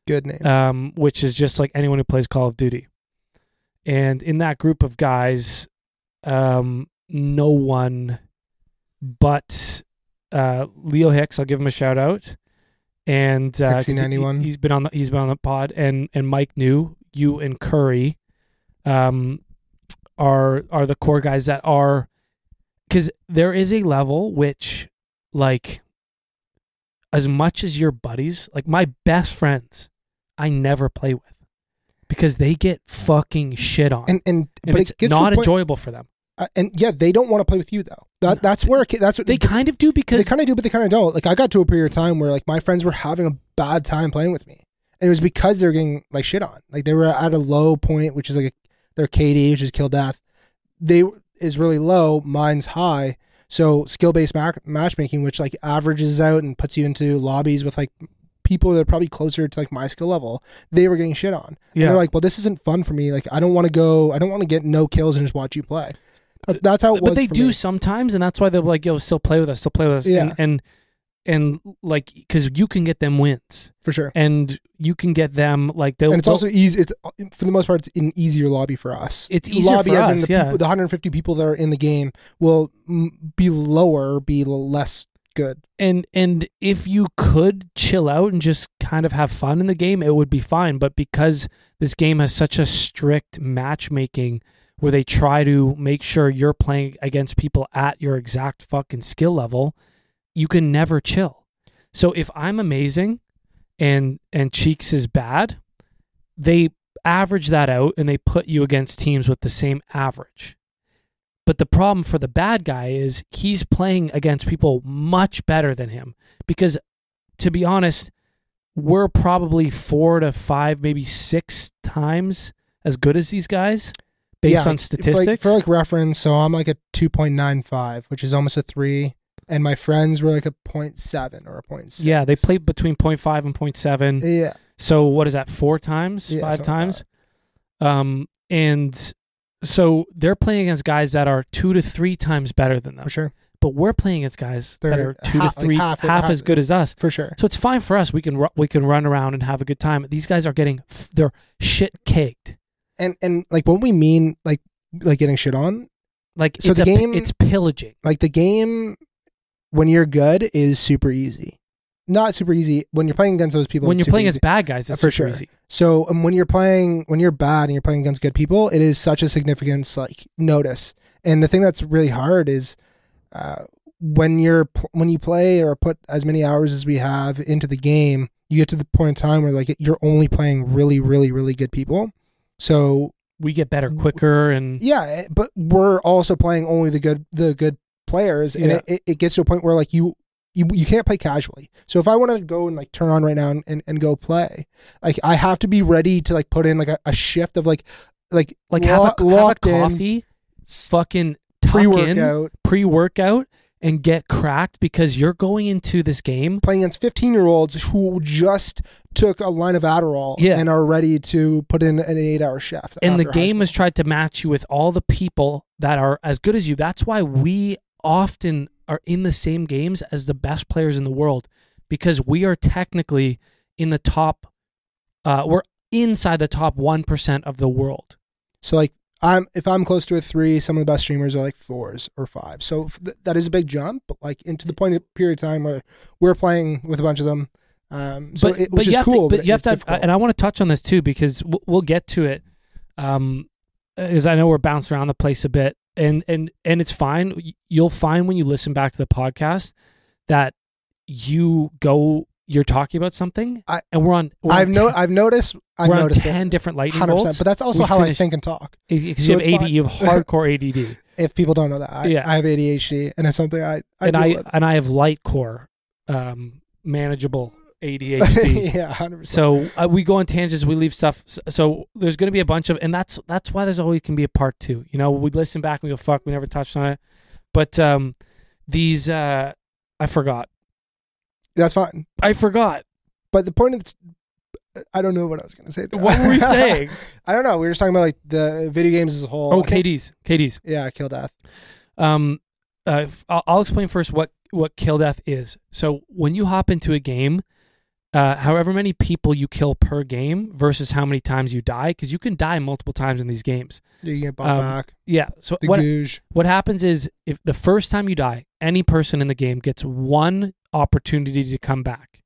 Good name.
um, which is just like anyone who plays Call of Duty. And in that group of guys, um, no one but uh, Leo Hicks, I'll give him a shout out. And uh, 'cause he-
XC91.
he's been on the he's been on the pod and and Mike New, you and Curry um are are the core guys that are cuz there is a level which like as much as your buddies, like my best friends, I never play with because they get fucking shit on, and,
and and, but
it's
it gets to
not
a point-
enjoyable for them.
uh, and yeah, they don't want to play with you though. That that's where it, that's what
They
they,
kind of do because
kind of do, but they kind of don't. Like I got to a period of time where like my friends were having a bad time playing with me, and it was because they were getting like shit on. Like they were at a low point, which is like a, their KD, which is kill death. They is really low, mine's high. So skill based mac- matchmaking, which like averages out and puts you into lobbies with like people that are probably closer to like my skill level, they were getting shit on.
Yeah.
And they're like, well, this isn't fun for me. Like I don't want to go. I don't want to get no kills and just watch you play. That- That's how it was.
but they
for
do
me.
sometimes, and that's why they're like, "Yo, still play with us, still play with us."
Yeah.
And, and and like because you can get them wins
for sure.
and you can get them like they'll.
and it's
they'll-
also easy. It's uh, for the most part, it's an easier lobby for us.
It's easier
lobby
for
as in
us,
the,
yeah.
people, the 150 people that are in the game will mm, be lower, be l- less good.
and and if you could chill out and just kind of have fun in the game it would be fine but because this game has such a strict matchmaking where they try to make sure you're playing against people at your exact fucking skill level you can never chill so if i'm amazing and and cheeks is bad they average that out and they put you against teams with the same average but the problem for the bad guy is he's playing against people much better than him. Because to be honest, we're probably four to five, maybe six times as good as these guys based
Yeah,
on
like, for,
statistics.
Like, for like reference, so I'm like a 2.95, which is almost a three, and my friends were like a 0.7 or a 0.6.
yeah, they play between 0.5 and 0.7.
Yeah,
So what is that? Four times,
Yeah,
five
something like
times. Um, and so they're playing against guys that are two to three times better than them.
for sure,
But we're playing against guys that
They're
are two
half-
to
like
three,
half-
half
half-
as good as us.
for sure.
So it's fine for us. We can ru- we can run around and have a good time. These guys are getting f- their shit caked.
And and like what we mean, like like getting shit on,
Like
So
it's
the
a pi-
game-
it's pillaging.
like the game when you're good is super easy. Not super easy when you're playing against those people.
When
it's
you're
super
playing as
easy.
bad guys, it's
For
super
sure.
easy.
So um, when you're playing, when you're bad and you're playing against good people, it is such a significance like notice. And the thing that's really hard is uh, when you're pl- when you play or put as many hours as we have into the game, you get to the point in time where like you're only playing really, really, really good people. So
We get better quicker, and
yeah, it- but we're also playing only the good the good players, and
Yeah.
it, it, it gets to a point where like you. You, you can't play casually. So if I want to go and like turn on right now and, and, and go play, like I have to be ready to like put in like a, a shift of like like
like
lo-
have a, have a
locked in
coffee, fucking tuck in
pre-workout
pre workout, and get cracked because you're going into this game.
playing against 15 year olds who just took a line of Adderall
Yeah.
and are ready to put in an eight hour shift.
And the
after high
game has tried to match you with all the people that are as good as you. That's why we often are in the same games as the best players in the world because we are technically in the top, uh, we're inside the top 1% of the world.
So like I'm if I'm close to a three, some of the best streamers are like fours or fives. So f- th- that is a big jump, but like into the point of period of time where we're playing with a bunch of them. Um, so it, which
you
is
have
cool,
To, but, you have
it's
to, have,
difficult.
and I want to touch on this too because we'll, we'll get to it, um, because I know we're bouncing around the place a bit, and and and it's fine. Y- You'll find when you listen back to the podcast that you go, you're talking about something,
I-
and we're on. We're
I've
on
no,
ten-
I've noticed, I've
we're on
noticed
ten
it,
different lightning
hundred percent.
bolts.
But that's also
We
how I
finished-
think and talk.
Because
so
you have
it's
AD,
fine.
you
[LAUGHS]
have hardcore ADD,
If people don't know that, I,
Yeah.
I have ADHD, and it's something I, I
and
deal
I [LAUGHS]
with.
and I have light core, um, manageable
[LAUGHS]
ADHD.
yeah, hundred
so
percent.
uh, we go on tangents we leave stuff so, so there's going to be a bunch of and that's that's why there's always can be a part two you know we listen back and we go fuck we never touched on it but um these uh i forgot
That's fine.
i forgot
But the point of the- I don't know what I was gonna say. there.
what
[LAUGHS]
were we saying
I don't know. We were just talking about like the video games as a whole.
oh
I think-
kds kds
Yeah, kill death.
um uh, f- I'll, I'll explain first what what kill death is so when you hop into a game uh, however many people you kill per game versus how many times you die because you can die multiple times in these games
You can get bought
Um,
back.
yeah so
The
what
Gouge.
What happens is if the first time you die, any person in the game gets one opportunity to come back.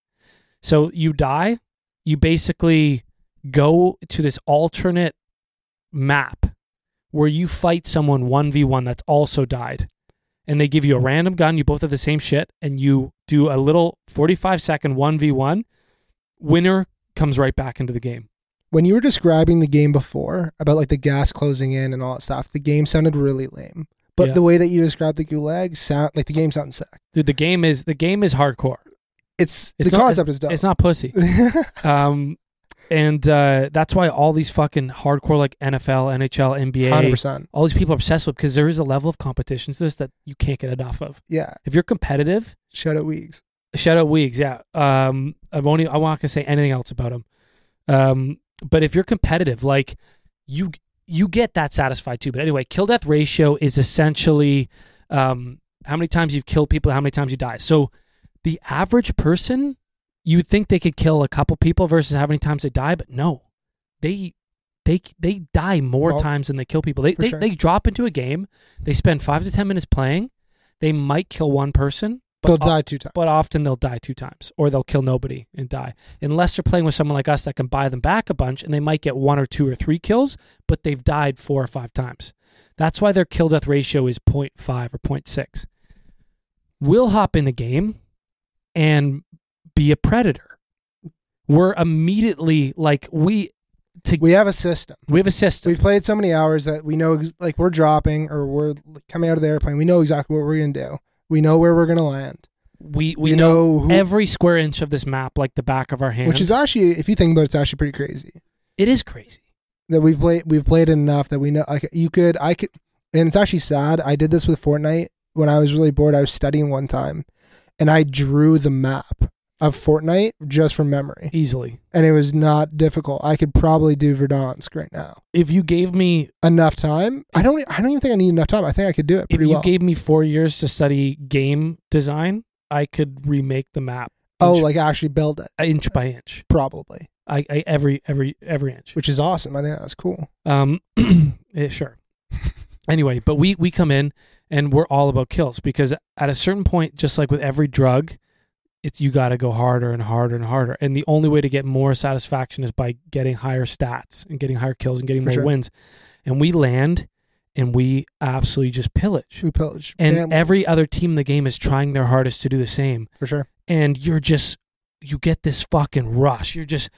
So you die, you basically go to this alternate map where you fight someone 1v1 that's also died. And they give you a random gun, you both have the same shit, and you do a little 45 second 1v1. Winner comes right back into the game.
When you were describing the game before about like the gas closing in and all that stuff, the game sounded really lame. But
Yeah.
the way that you described the gulag sound like the game sounds sick.
Dude, the game is the game is hardcore.
It's,
It's
the
not-
concept is dope. [LAUGHS]
It's not pussy. um, and uh, that's why all these fucking hardcore like NFL, NHL, NBA,
Hundred percent.
all these people are obsessed with because there is a level of competition to this that you can't get enough of.
Yeah.
If you're competitive,
Shout out Weeks.
shout out Weeks. Yeah, um, I'm only I'm not gonna say anything else about him. Um, but if you're competitive, like you you get that satisfied too. But anyway, kill death ratio is essentially um, how many times you've killed people, how many times you die. So the average person, you'd think they could kill a couple people versus how many times they die, but no, they they they die more
Well,
times than they kill people. They
for
they,
sure.
they drop into a game, they spend five to ten minutes playing, they might kill one person, but
They'll
o-
die two times.
but often they'll die two times or they'll kill nobody and die unless they're playing with someone like us that can buy them back a bunch and they might get one or two or three kills but they've died four or five times that's why their kill death ratio is 0.5 or 0.6 we'll hop in a game and be a predator we're immediately like we to we,
we have a system.
have a system
We've played so many hours that we know, ex- like, we're dropping or we're like, coming out of the airplane. We know exactly what we're going to do. We know where we're going to land.
we we
you
know,
know, who,
every square inch of this map like the back of our hand
which is actually, if you think about it, it's actually pretty crazy
it is crazy
that we've played. We've played it enough that we know. Like, you could, I could, and it's actually sad. I did this with Fortnite when I was really bored. I was studying one time, and I drew the map of Fortnite just from memory,
easily
and it was not difficult. I could probably do Verdansk right now.
if you gave me
enough time. I don't. I don't even think I need enough time. I think I could do it
if
pretty
you
well.
gave me four years to study game design, I could remake the map.
oh,
inch,
like actually build it
inch by inch,
probably,
I, I every every every inch.
which is awesome. I think that's cool.
Um, [CLEARS THROAT] eh, sure. anyway, but we we come in and we're all about kills because at a certain point, just like with every drug, it's you got to go harder and harder and harder. And the only way to get more satisfaction is by getting higher stats and getting higher kills and getting
For
more
sure.
wins. And we land and we absolutely just pillage.
True pillage
And
families,
every other team in the game is trying their hardest to do the same.
for sure.
and you're just you get this fucking rush. You're just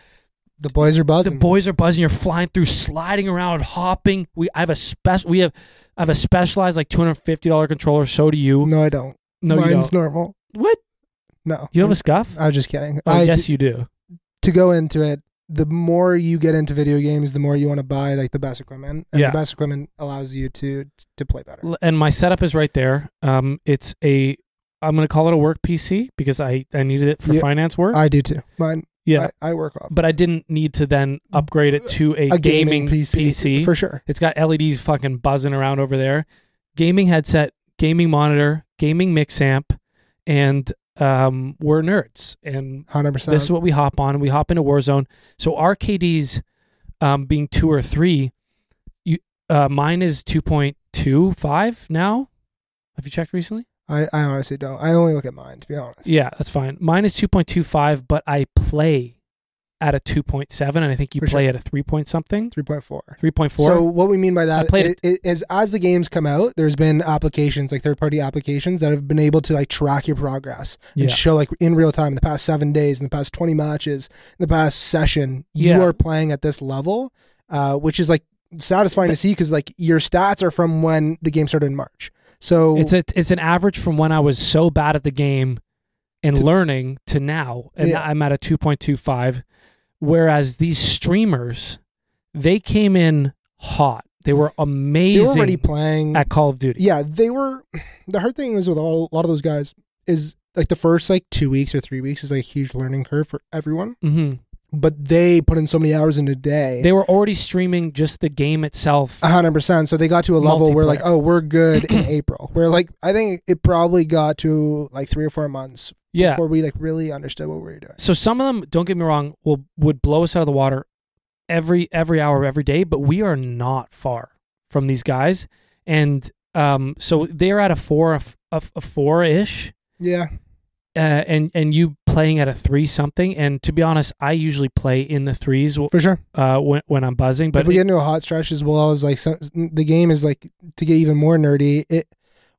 The boys are
the
buzzing.
boys are buzzing. You're flying through, sliding around, hopping. We I have a special. We have I have a specialized like two hundred fifty dollar controller. So do you?
no, I don't.
No, you
Mine's
don't.
normal.
What?
No,
You don't have a scuff?
I was just kidding.
Oh,
I
yes, you do.
to go into it. The more you get into video games, the more you want to buy like the best equipment, and
Yeah.
the best equipment allows you to to play better.
L- And my setup is right there. Um, it's a I'm gonna call it a work PC because I I needed it for
Yeah.
finance work.
I do too. Mine.
yeah,
I, I work off
but I didn't need to then upgrade it to a,
a gaming, PC,
PC.
for sure.
It's got LEDs fucking buzzing around over there. Gaming headset, gaming monitor, gaming mix amp, and um, we're nerds. And
Hundred
this is
percent.
what we hop on. We hop into Warzone. So our KDs um, being two or three, you uh, mine is two point two five now. Have you checked recently?
I, I honestly don't. I only look at mine to be honest.
Yeah, that's fine. Mine is two point two five, but I play at a two point seven, and I think you
For
play at a three point something,
Three point four.
three point four.
So what we mean by
I
that
played
is, is as the games come out, there's been applications like third party applications that have been able to like track your progress and
Yeah.
show like in real time in the past seven days, in the past twenty matches, in the past session, you
Yeah.
are playing at this level, uh, which is like satisfying to see because like your stats are from when the game started in March. So
It's a, it's an average from when I was so bad at the game and
To-
learning to now, and
Yeah.
I'm at a 2.25. Whereas these streamers, they came in hot. They were
they
amazing
were already playing.
at Call of Duty.
yeah, they were. The hard thing is with all, a lot of those guys is like the first like two weeks or three weeks is like a huge learning curve for everyone.
hmm
But they put in so many hours in a day.
They were already streaming just the game itself.
A hundred percent. So they got to a level where like,
Multiplayer.
oh, we're good
[CLEARS THROAT]
in April. Where like I think it probably got to like three or four months
yeah.
before we like really understood what we were doing.
So some of them, don't get me wrong, will would blow us out of the water every every hour of every day, but we are not far from these guys, and um, so they're at a four a, f- a f- a four ish.
Yeah.
uh, and and you playing at a three something. And to be honest, I usually play in the threes
For sure.
uh, when when I'm buzzing.
But
But
if we get into a hot stretch as well as like some, the game is like to get even more nerdy, it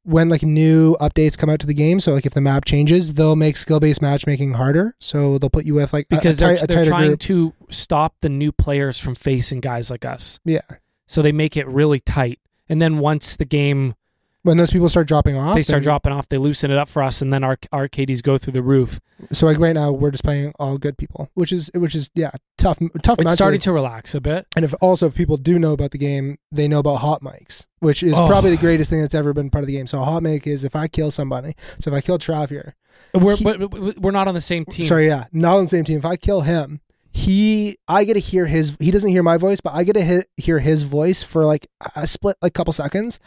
when like new updates come out to the game, so like if the map changes, they'll make skill based matchmaking harder. So they'll put you with like a-
because
a,
they're,
tight- a
they're
tighter
trying
group.
to stop the new players from facing guys like us.
Yeah.
So they make it really tight. And then once the game
When those people start dropping off,
they start
then-
dropping off, they loosen it up for us, and then our our KDs go through the roof.
So like right now, we're just playing all good people, which is which is yeah tough tough.
It's
mentally.
starting to relax a bit.
And if also if people do know about the game, they know about hot mics, which is
Oh.
probably the greatest thing that's ever been part of the game. So a hot mic is if I kill somebody. So if I kill Travier,
We're
He-
but but we're not on the same team.
sorry, yeah, not on the same team. If I kill him, he I get to hear his. He doesn't hear my voice, but I get to he- hear his voice for like a split, a couple seconds.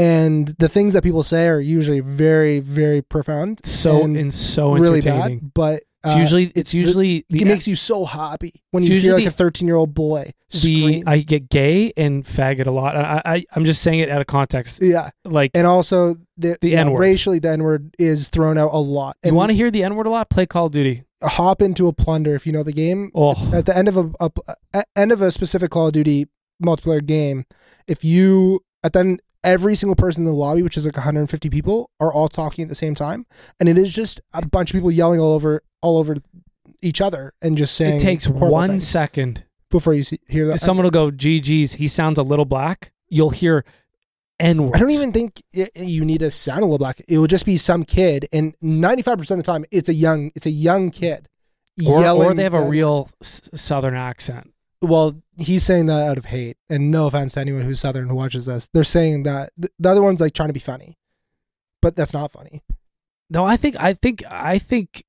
and the things that people say are usually very, very profound.
So
and
and, so
really
entertaining.
bad, but uh,
It's usually it's,
it's the-
usually the,
it makes you so happy when
It's
you hear
usually
like a 13 year old boy
the
scream.
I get gay and faggot a lot. I, I I'm just saying it out of context.
yeah,
Like
and also the,
The
yeah,
N-word.
racially, the N word is thrown out a lot. And
you want to hear the N word a lot? Play Call of Duty.
hop into a plunder if you know the game.
Oh,
At the end of a, a a- end of a specific Call of Duty multiplayer game, if you at then every single person in the lobby, which is like 150 people, are all talking at the same time, and it is just a bunch of people yelling all over all over each other and just saying
it takes
horrible
one
things
second.
before you see, hear that.
Someone will go, "GG's." He sounds a little black. You'll hear N word.
I don't even think i you need to sound a little black. It will just be some kid, and ninety five percent of the time, it's a young, it's a young kid
Or,
yelling.
or they have a
at-
real s- southern accent.
Well, he's saying that out of hate, and no offense to anyone who's southern who watches this. They're saying that th- the other one's like trying to be funny, but that's not funny. [LAUGHS]
No, I think I think I think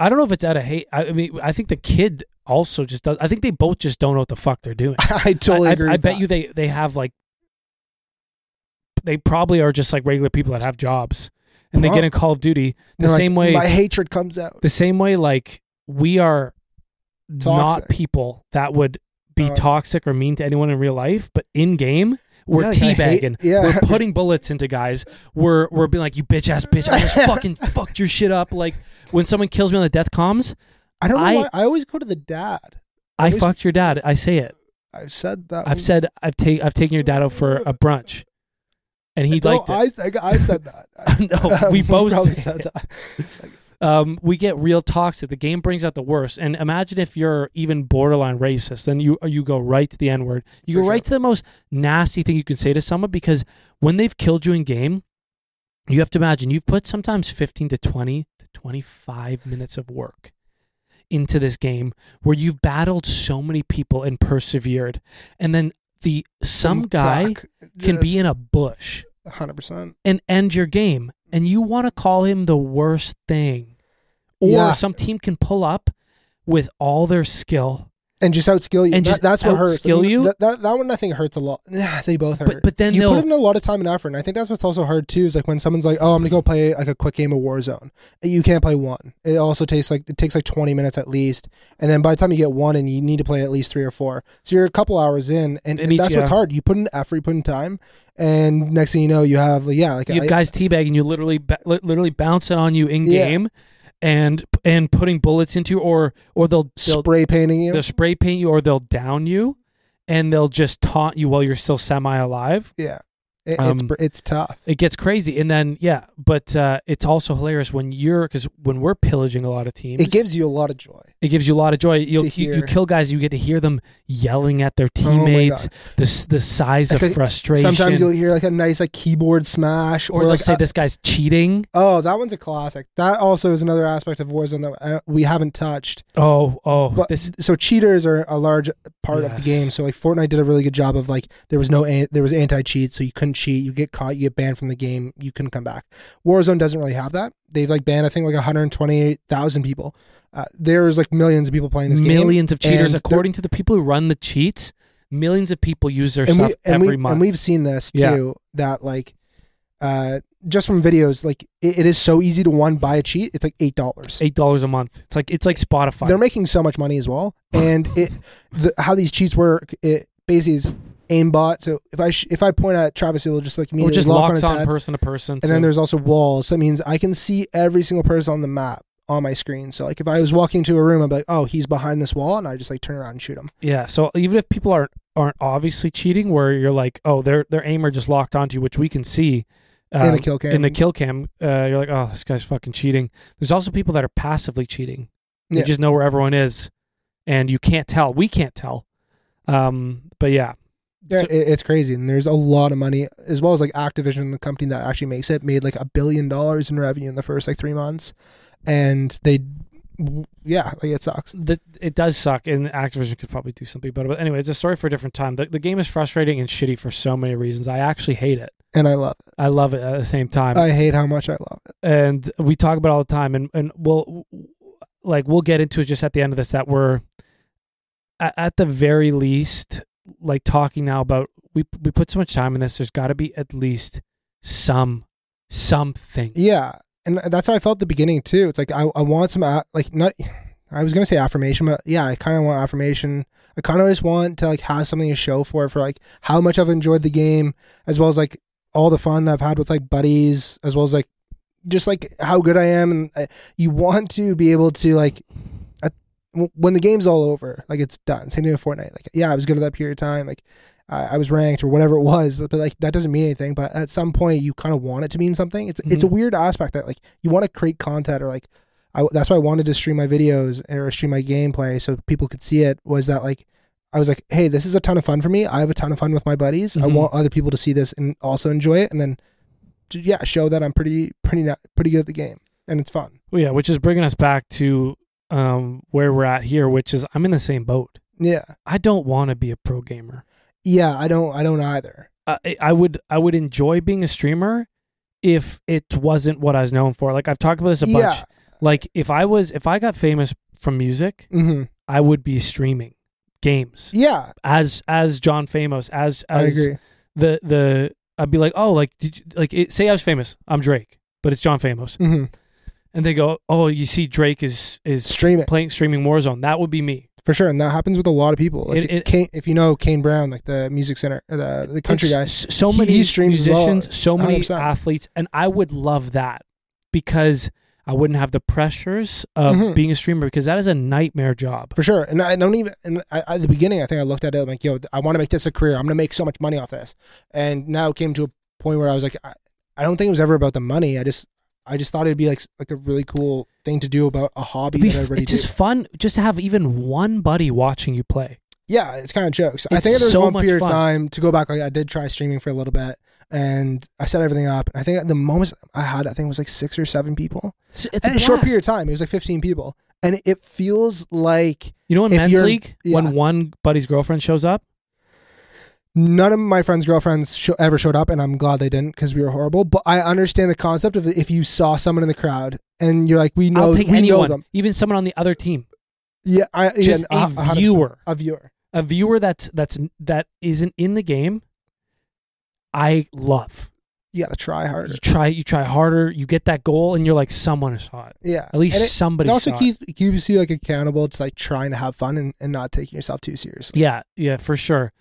I don't know if it's out of hate. I, I mean, I think the kid also just does. I think they both just don't know what the fuck they're doing.
I totally
I, I-
agree.
I
with
bet
that.
you they they have like they probably are just like regular people that have jobs and they get
Prob-
in Call of Duty the
They're like,
same way
my hatred comes out.
the same way like we are not
Toxic.
people that would be
Oh.
toxic or mean to anyone in real life, but in game we're
Yeah, like, I hate-
teabagging.
yeah. [LAUGHS]
We're putting bullets into guys. We're we're being like, you bitch ass bitch, I
[LAUGHS]
just fucking fucked your shit up. Like when someone kills me on the death comms,
I don't know.
I-
why. I always go to the dad.
I
Always-
fucked your dad. I say it.
I've said that.
I've said I've take I've taken your dad out for a brunch, and he
no,
liked it.
I think I said that.
[LAUGHS] No,
[LAUGHS]
we both
probably
said
said
it.
that.
um, we get real toxic. The game brings out the worst. And imagine if you're even borderline racist, then you you go right to the N word. You
For
go right to the most nasty thing you can say to someone because when they've killed you in game, you have to imagine you've put sometimes 15 to 20 to 25 minutes of work into this game where you've battled so many people and persevered. And then the some guy can be in a bush
hundred percent.
and end your game. And you want to call him the worst thing. Or
Yeah.
some team can pull up with all their skill.
and just outskill you.
And
That-
just
that's what hurts.
outskill you?
That, that, that one, I think, hurts a lot. Yeah, they both hurt.
but then
you
they'll-
put in a lot of time and effort. And I think that's what's also hard too. Is like when someone's like, "Oh, I'm gonna go play like a quick game of Warzone." You can't play one. It also takes like it takes like 20 minutes at least. And then by the time you get one, and you need to play at least three or four, so you're a couple hours in, and,
And each-
that's what's
yeah.
hard. You put in effort, you put in time, and next thing you know, you have like, yeah, like
You
I-
have guys teabagging you, literally, ba- li- literally bouncing on you in
Yeah.
game, and and putting bullets into, you, or or they'll they'll,
spray painting you.
they'll spray paint you, or they'll down you, and they'll just taunt you while you're still semi alive.
yeah, It-
Um,
it's it's tough.
It gets crazy, and then yeah, but uh, it's also hilarious when you're because when we're pillaging a lot of teams,
It gives you a lot of joy.
It gives you a lot of joy. You'll,
To
you, you
hear.
kill guys, you get to hear them yelling at their
Oh my
teammates.
God.
the s- the size
Like,
of
uh,
frustration.
Sometimes you'll hear like a nice like keyboard smash,
or
or,
they'll
like uh,
say
a-
this guy's cheating.
Oh, that one's a classic. That also is another aspect of Warzone that uh, we haven't touched.
Oh, oh,
But
this
so cheaters are a large part of the
Yes.
game. So like Fortnite did a really good job of like there was no an- there was anti cheat, so you couldn't cheat. You get caught, you get banned from the game, you couldn't come back. Warzone doesn't really have that. They've like banned I think like 128,000 people. Uh, there's like millions of people playing this game.
millions of cheaters.
and
According to the people who run the cheats, millions of people use their
and
stuff
we, and
every
we,
month.
And we've seen this too,
Yeah.
that like uh just from videos, like it, it is so easy to one buy a cheat. It's like eight dollars.
Eight dollars a month. It's like it's like Spotify.
They're making so much money as well, and it the, how these cheats work. It basically is aimbot. So if I sh- if I point at Travis, it'll just like
or
immediately
just
lock on
locks
his
on,
head.
person to person.
and
so-
then there's also walls. So that means I can see every single person on the map on my screen. So like if I was walking to a room, I'm like, oh, he's behind this wall, and I just like turn around and shoot him.
yeah. So even if people aren't aren't obviously cheating, where you're like, oh, their their aimer just locked onto you, which we can see.
In
um,
the kill cam.
in the kill cam, uh, you're like, oh, this guy's fucking cheating. There's also people that are passively cheating. They
Yeah.
just know where everyone is, and you can't tell. We can't tell. Um, but yeah,
Yeah,
So-
it, it's crazy, and there's a lot of money as well as like Activision, the company that actually makes it, made like a billion dollars in revenue in the first like three months, and they, yeah, like it sucks.
the, it does suck, and Activision could probably do something better. But anyway, it's a story for a different time. The, the game is frustrating and shitty for so many reasons. I actually hate it.
And I love it.
I love it at the same time.
I hate how much I love it.
and we talk about it all the time and and we'll like we'll get into it just at the end of this that we're at, at the very least like talking now about we we put so much time in this there's got to be at least some something.
Yeah, and that's how I felt at the beginning too. It's like I, I want some a- like not. I was gonna say affirmation, but yeah, I kind of want affirmation. I kind of just want to like have something to show for it for like how much I've enjoyed the game, as well as like all the fun that I've had with like buddies, as well as like just like how good I am, and uh, you want to be able to like at, w- when the game's all over, like it's done. Same thing with Fortnite. Like yeah, I was good at that period of time. Like I I was ranked or whatever it was, but like that doesn't mean anything. But at some point, you kind of want it to mean something. It's it's a weird aspect that like you want to create content or like I, that's why I wanted to stream my videos or stream my gameplay so people could see it. Was that like I was like, hey, this is a ton of fun for me. I have a ton of fun with my buddies. I
Mhm.
want other people to see this and also enjoy it, and then j- yeah, show that I'm pretty pretty na- pretty good at the game and it's fun.
Well, yeah, which is bringing us back to um, where we're at here, which is I'm in the same boat.
Yeah,
I don't want to be a pro gamer.
yeah. I don't I don't either.
I, I would I would enjoy being a streamer if it wasn't what I was known for. Like I've talked about this a bunch.
yeah.
Like if I was if I got famous from music,
hmm
I would be streaming games
Yeah.
as as John Famos as
I
as
agree.
the the I'd be like oh like did you, like it, say I was famous I'm Drake but it's John Famos
hmm
and they go oh you see Drake is is
Stream it.
playing streaming Warzone that would be me
For sure, and that happens with a lot of people. Like
It- it-
Kane, if you know Kane Brown, like the music center, or the the country
It's
guy.
s- So
He-
many
he streams as well,
musicians, so many
100%.
athletes, and I would love that because I wouldn't have the pressures of
Mhm.
being a streamer because that is a nightmare job.
For sure, and I don't even. And I, at the beginning, I think I looked at it I'm like, "Yo, I want to make this a career. I'm gonna make so much money off this." And now it came to a point where I was like, I, "I don't think it was ever about the money. I just, I just thought it'd be like s- like a really cool thing to do about a hobby
It'd be
that
f-
everybody
it's just
did."
fun just to have even one buddy watching you play.
Yeah, it's kind of jokes. I
It's
think there was
so
one
much
period
fun.
of time to go back. Like I did try streaming for a little bit, and I set everything up. I think at the moments I had, I think it was like six or seven people.
It's, it's
in a short period of time, it was like 15 people, and it feels like
You know, in
If
men's
you're-
league,
yeah.
when one buddy's girlfriend shows up,
none of my friends' girlfriends sho ever showed up, and I'm glad they didn't because we were horrible. But I understand the concept of if you saw someone in the crowd and you're like, we know,
I'll take
we know
anyone,
them.
even someone on the other team,
Yeah, I,
just
yeah,
a
100%.
viewer,
a viewer.
a viewer that's that's that isn't in the game. I love.
You got to try harder.
you try you try harder you get that goal and you're like someone saw it
Yeah,
at least
And it,
somebody
it also
saw
keeps keeps you like accountable. It's like trying to have fun and, and not taking yourself too
it.
seriously.
yeah yeah for sure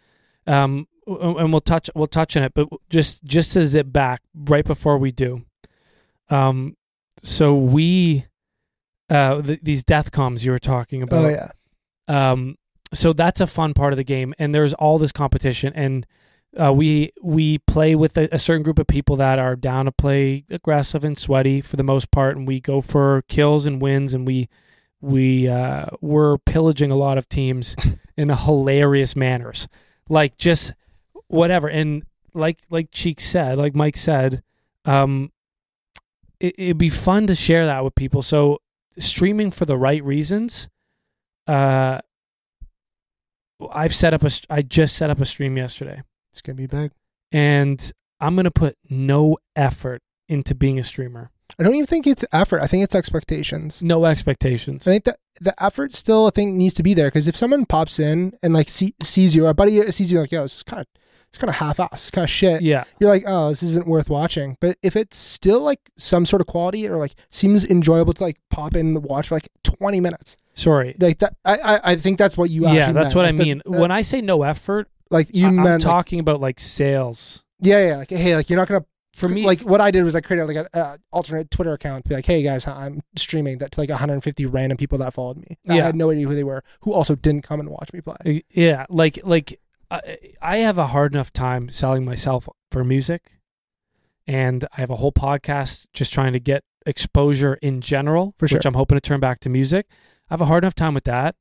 um w- and we'll touch we'll touch on it but just just to zip back right before we do um so we uh th- these death comms you were talking about
Oh yeah,
um so that's a fun part of the game and there's all this competition and uh, we we play with a, a certain group of people that are down to play aggressive and sweaty for the most part and we go for kills and wins and we we uh, were pillaging a lot of teams in hilarious manners like just whatever and like like cheek said like mike said um it, it'd be fun to share that with people so streaming for the right reasons uh i've set up a st- i just set up a stream yesterday
it's gonna be big.
and i'm gonna put no effort into being a streamer
I don't even think it's effort. I think it's expectations.
no expectations
I think that the effort still, I think, needs to be there because if someone pops in and like see, sees you, or a buddy sees you, like, yo, this is kind of, it's kind of half-assed, it's kind of shit.
yeah
You're like, oh, this isn't worth watching. But if it's still like some sort of quality or like seems enjoyable to like pop in and watch for like 20 minutes,
sorally
like that, I, I, I think that's what you.
yeah
actually
that's
meant.
what i
Like, the- [LAUGHS]
mean
the-
when i say no effort
like you
I- i'm
meant, like,
talking about like sales
yeah, yeah, like, hey, like you're not gonna.
for me
like what I did was I created like an uh, alternate Twitter account, to be like, "Hey guys, hi, I'm streaming that to like 150 random people that followed me. I
Yeah.
had no idea who they were, who also didn't come and watch me play."
Uh, yeah like like I, I have a hard enough time selling myself for music and i have a whole podcast just trying to get exposure in general
For sure.
which i'm hoping to turn back to music i have a hard enough time with that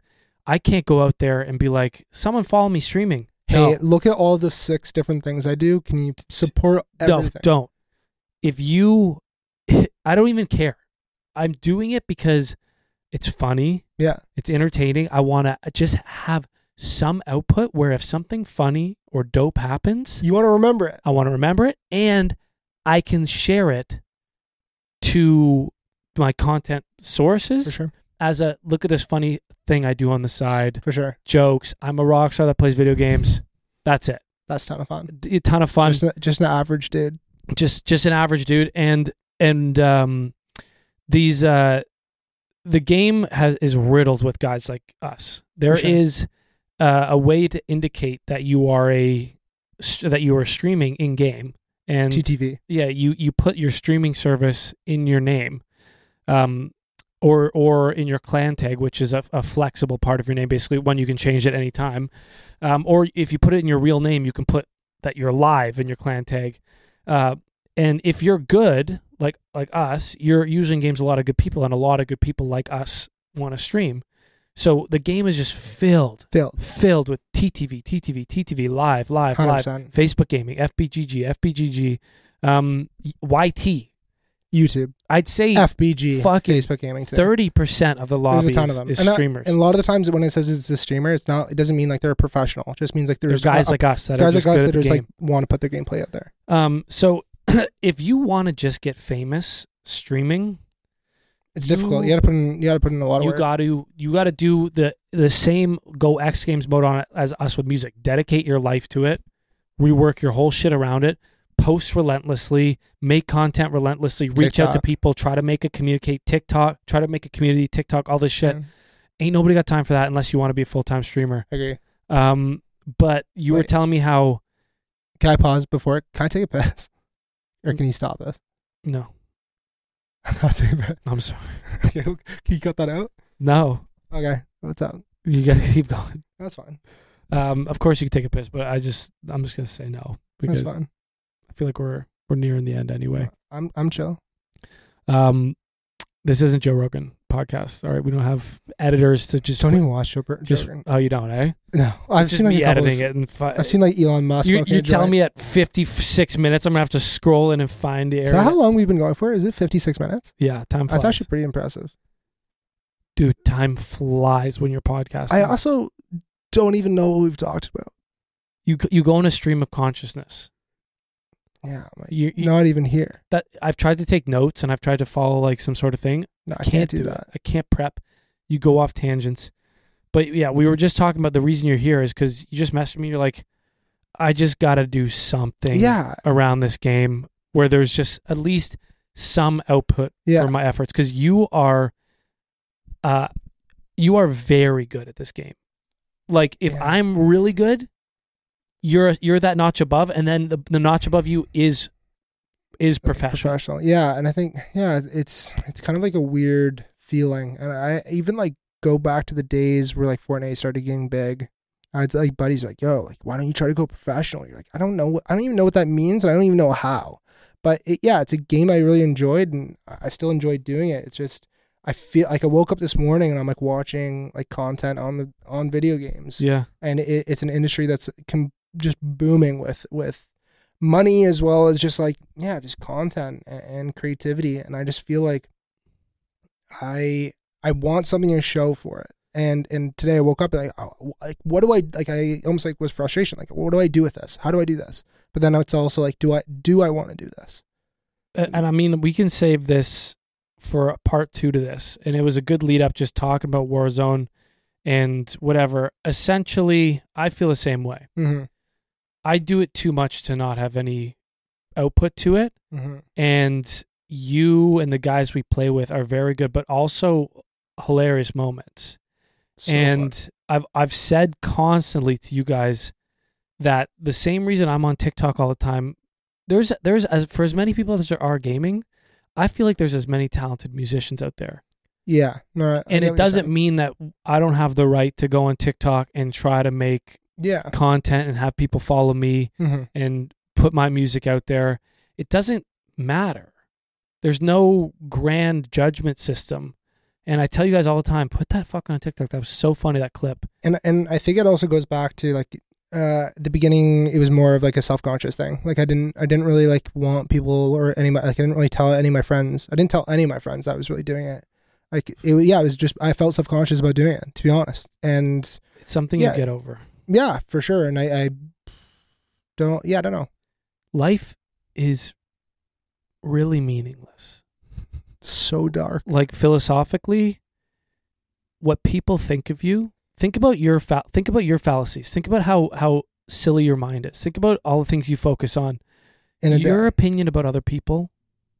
i can't go out there and be like someone follow me streaming
hey,
no,
look at all the six different things I do. Can you support everything?
don't don't if you [LAUGHS] i don't even care i'm doing it because it's funny
Yeah,
it's entertaining. I want to just have some output where if something funny or dope happens,
you want to remember it.
I want to remember it and I can share it to my content
For
sources
sure,
as a look at this funny thing I do on the side,
for sure.
jokes. I'm a rock star that plays video games. That's it.
That's ton of fun.
A ton of fun.
Just, a, just an average dude.
just just an average dude and and um these uh the game has is riddled with guys like us There is
sure.
uh, a way to indicate that you are a that you are streaming in game and
TTV.
yeah you you put your streaming service in your name um or or in your clan tag which is a, a flexible part of your name basically one you can change at any time um or if you put it in your real name you can put that you're live in your clan tag uh and if you're good like like us you're using games a lot of good people and a lot of good people like us want to stream so the game is just filled
Filled.
filled with TTV TTV TTV live live live
100%.
Facebook gaming, FBGG, FBGG, um, YT.
YouTube.
I'd say
FBG.
fucking
Facebook gaming. Today.
thirty percent of the
There's
lobby
a ton of them.
is
and, not-
streamers.
and a lot of the times when it says it's a streamer, it's not. It doesn't mean like they're a professional. It just means like
There's
there's
guys
a-
like us that are
guys
just
like us
good
that
at the
just
game.
like want to put their gameplay out there.
um, so [CLEARS THROAT] if you want to just get famous streaming,
It's
You-
difficult. You got to put in. You got to put in a lot of
you
work.
got to you got to do the the same go X Games mode on it as us with music. Dedicate your life to it. Rework your whole shit around it. Post relentlessly. Make content relentlessly. Reach out to
TikTok.
people. Try to make a communicate TikTok. Try to make a community TikTok. All this shit.
Yeah,
ain't nobody got time for that unless you want to be a full time streamer.
I agree.
Um, but you were
Wait.
telling me how
Can I pause before? Can I take a pass? [LAUGHS] Or can you stop this? [LAUGHS]
no,
I'm not taking a pass.
I'm sorry,
Okay, [LAUGHS] can you cut that out?
no,
Okay, what's up?
you gotta [LAUGHS] keep going.
That's fine.
Um, of course you can take a piss, but I just I'm just gonna say no because
That's
I
fine.
feel like we're we're nearing the end anyway.
I'm I'm chill.
Um, this isn't Joe Rogan podcast. All right, we don't have editors to just
Don't even watch Joe Bur-
just
Rogan.
oh you don't eh?
No, I've
just
seen like
me
a couple.
editing
Of,
it and fi-
I've seen like Elon Musk.
you
okay,
you tell
giant-
me at 56 minutes I'm gonna have to scroll in and find the
Is that
area.
how long we've been going for? Is it 56 minutes?
yeah, time flies.
That's actually pretty impressive.
Dude, time flies when you're podcasting.
I also don't even know what we've talked about.
you you go in a stream of consciousness.
Yeah, I'm like,
You, you-
not even here.
that I've tried to take notes and I've tried to follow like some sort of thing.
No, I
I can't, do,
that.
that. I can't prep. You go off tangents. But yeah, we were just talking about the reason you're here is because you just messaged me. You're like, I just got to do something
Yeah,
around this game where there's just at least some output
yeah.
for my efforts because you are, uh, you are very good at this game. Like if
Yeah.
I'm really good, you're you're that notch above, and then the, the notch above you is is
Like,
professional.
professional. Yeah, and I think yeah, it's it's kind of like a weird feeling. And I even like go back to the days where like Fortnite started getting big. I'd like buddies like, yo, like why don't you try to go professional? You're like, I don't know, what, I don't even know what that means, and I don't even know how. But it, yeah, it's a game I really enjoyed, and I I still enjoy doing it. It's just I feel like I woke up this morning and I'm like watching like content on the on video games
Yeah,
and it, it's an industry that's com- just booming with with money as well as just like yeah just content and, and creativity and i just feel like i i want something to show for it and and today i woke up like oh, like what do i like i almost like was frustration like what do i do with this how do i do this but then it's also like do i do i want to do this
Uh, and I mean we can save this for part two to this, and it was a good lead up just talking about Warzone and whatever. Essentially, I feel the same way.
mm-hmm.
I do it too much to not have any output to it,
Mm-hmm.
and you and the guys we play with are very good, but also hilarious moments. and I've I've said constantly to you guys that the same reason I'm on TikTok all the time. There's there's as for as many people as there are gaming, I feel like there's as many talented musicians out there,
yeah no,
and
I- I get what you're
it doesn't
saying.
mean that I don't have the right to go on TikTok and try to make
yeah
content and have people follow me
mm-hmm.
and put my music out there. It doesn't matter. There's no grand judgment system. And I tell you guys all the time, put that fuck on TikTok. That was so funny that clip.
and and I think it also goes back to like uh the beginning it was more of like a self-conscious thing like i didn't i didn't really like want people or any of my like i didn't really tell any of my friends i didn't tell any of my friends i was really doing it like it, yeah it was just i felt self-conscious about doing it to be honest and
It's something
Yeah.
you get over.
yeah for sure and i i don't yeah i don't know
Life is really meaningless.
so dark
Like philosophically, what people think of you. Think about your fa- think about your fallacies. Think about how how silly your mind is. Think about all the things you focus on.
in a
Your
day.
opinion about other people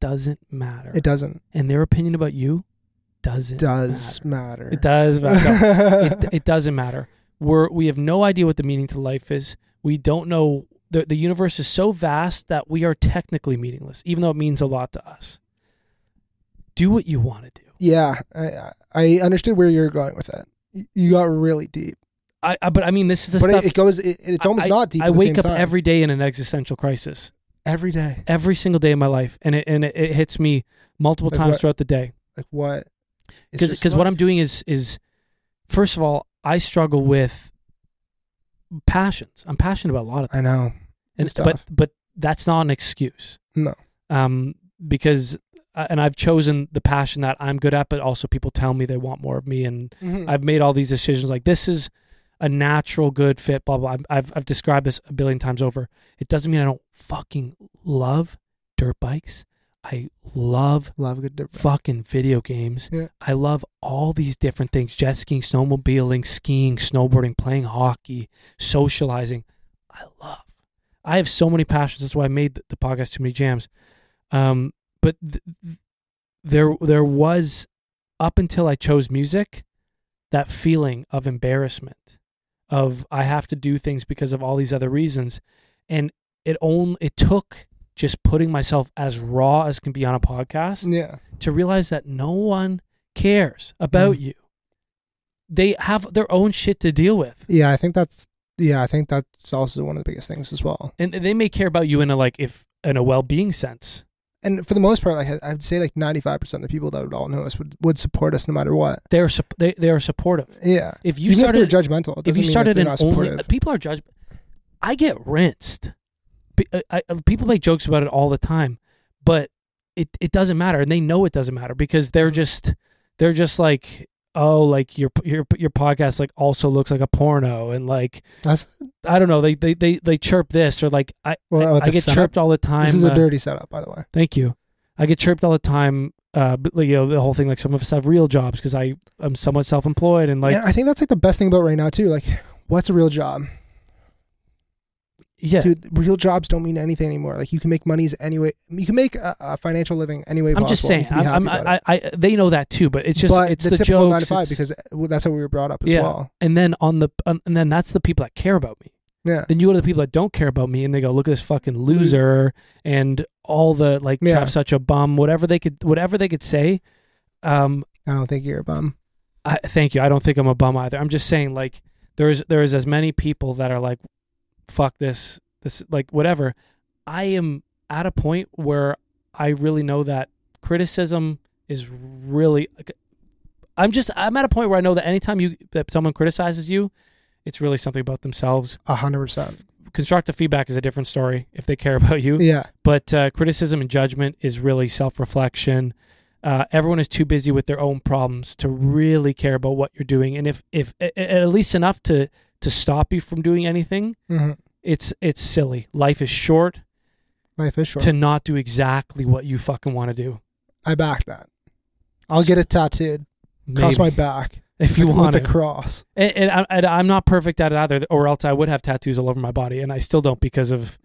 doesn't matter.
It doesn't.
and their opinion about you doesn't matter.
Does matter.
It does matter. No, it,
[LAUGHS]
it doesn't matter. We're we have no idea what the meaning to life is. We don't know the the universe is so vast that we are technically meaningless, even though it means a lot to us. Do what you want to do.
yeah, I, I understood where you're going with that. Y- You got really deep,
I, I but I mean this is the
but
stuff.
it, it goes. It, it's almost
I,
not deep.
I
at the
wake
same
up
time.
every day in an existential crisis,
every day.
every single day of my life, and it and it, it hits me multiple
Like
times
what?
throughout the day.
Like what? It's
because
just
because what I'm
life.
doing is is first of all I struggle with passions. I'm passionate about a lot of things,
I know.
and,
it's
but
tough.
but that's not an excuse.
No.
um, because uh, and I've chosen the passion that I'm good at, but also people tell me they want more of me, and
Mhm.
I've made all these decisions like this is a natural good fit. Blah blah. I've- I've I've described this a billion times over. It doesn't mean I don't fucking love dirt bikes. I love
love a good difference.
fucking video games.
Yeah.
I love all these different things jet skiing, snowmobiling, skiing, snowboarding, playing hockey, socializing. I love. I have so many passions. That's why I made the, the podcast Too Many Jams. Um, but th- th- there, there was, up until I chose music, that feeling of embarrassment, of I have to do things because of all these other reasons. And it only, it took just putting myself as raw as can be on a podcast
Yeah,
to realize that no one cares about you. They have their own shit to deal with.
yeah. I think that's yeah. I think that's also one of the biggest things as well.
And they may care about you in a like if in a well-being sense.
And for the most part, like I- I'd say, like ninety five percent of the people that would all know us would, would support us no matter what.
They're sup- they they are supportive.
Yeah.
If you
Even
started
if they're judgmental, it
if
doesn't
you
mean that
started
they're
an
not
only uh,
supportive.
people are judged I get rinsed. Be- I- I- uh, people make jokes about it all the time, but it it doesn't matter and they know it doesn't matter because
Mm-hmm.
they're just they're just like oh like your your your podcast like also looks like a porno and like
That's,
I don't know. They they they, they chirp this or like I
Well,
I,
with
I
the
get
setup-
chirped all the time.
this is a
uh,
dirty setup, by the way.
thank you. I get chirped all the time. Uh, but like, you know the whole thing. Like some of us have real jobs because I am somewhat self employed and like
and I think that's like the best thing about right now too. Like, what's a real job,
yeah.
dude? Real jobs don't mean anything anymore. Like, you can make monies anyway. You can make a, a financial living anyway.
I'm just saying. I'm, I'm, I, I I- they know that too, but it's just
but
it's
the,
the,
typical nine to
jokes.
five
it's-
because well, that's how we were brought up as
Yeah.
well.
and then on the um, and then that's the people that care about me.
Yeah.
Then you go to the people that don't care about me and they go look at this fucking loser and all the like
Yeah.
Trev's such a bum whatever they could whatever they could say. Um,
I don't think you're a bum.
I, thank you. I don't think I'm a bum either. I'm just saying, like, there's there is as many people that are like, fuck this, this like whatever. I am at a point where I really know that criticism is really. I'm just I'm at a point where I know that anytime you that someone criticizes you, it's really something about themselves.
A hundred percent.
Constructive feedback is a different story if they care [LAUGHS] about you
Yeah.
but uh, criticism and judgment is really self-reflection. Uh, everyone is too busy with their own problems to really care about what you're doing, and if if a- a- at least enough to to stop you from doing anything,
hmm
it's it's silly. Life is short
Life is short.
to not do exactly what you fucking want to do.
I back that. I'll get it tattooed across my
Maybe,
back
if you
[LAUGHS] with
want
a
it,
cross.
and, and, I, and I'm not perfect at it either, or else I would have tattoos all over my body, and I still don't because of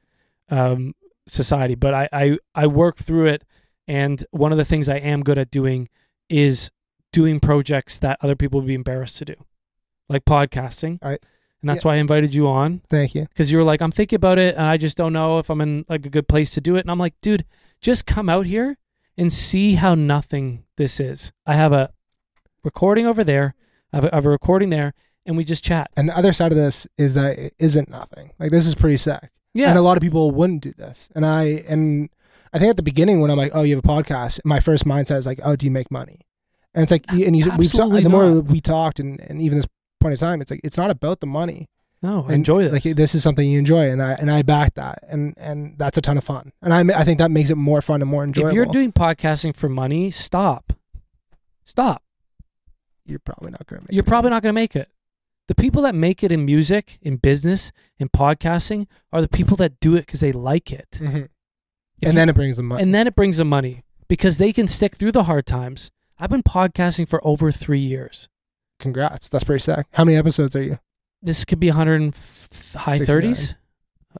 um, society. But I, I I work through it, and one of the things I am good at doing is doing projects that other people would be embarrassed to do, like podcasting.
I-
and that's why I invited you on
Thank you.
because you were like, I'm thinking about it, and I just don't know if I'm in like a good place to do it. And I'm like, dude, just come out here and see how nothing this is. I have a recording over there. I have a, I have a recording there, and we just chat.
And the other side of this is that it isn't nothing. Like this is pretty sick.
Yeah,
And a lot of people wouldn't do this. And I and I think at the beginning when I'm like, oh, you have a podcast, my first mindset is like, oh, do you make money? And it's like, and you, we've talked.
Absolutely
The more
not.
we talked, and, and even this point of time, it's like it's not about the money.
no,
And,
enjoy this.
Like this is something you enjoy, and I and I back that, and and that's a ton of fun. And I I think that makes it more fun and more enjoyable.
if you're doing podcasting for money, stop, stop.
you're probably not going to.
You're probably not going to make it. The people that make it in music, in business, in podcasting are the people that do it because they like it.
hmm And
If you-
then it brings the money.
And then it brings them money because they can stick through the hard times. I've been podcasting for over three years.
Congrats, that's pretty sick. How many episodes are you?
This could be 100 and f- high
69.
30s,
[LAUGHS]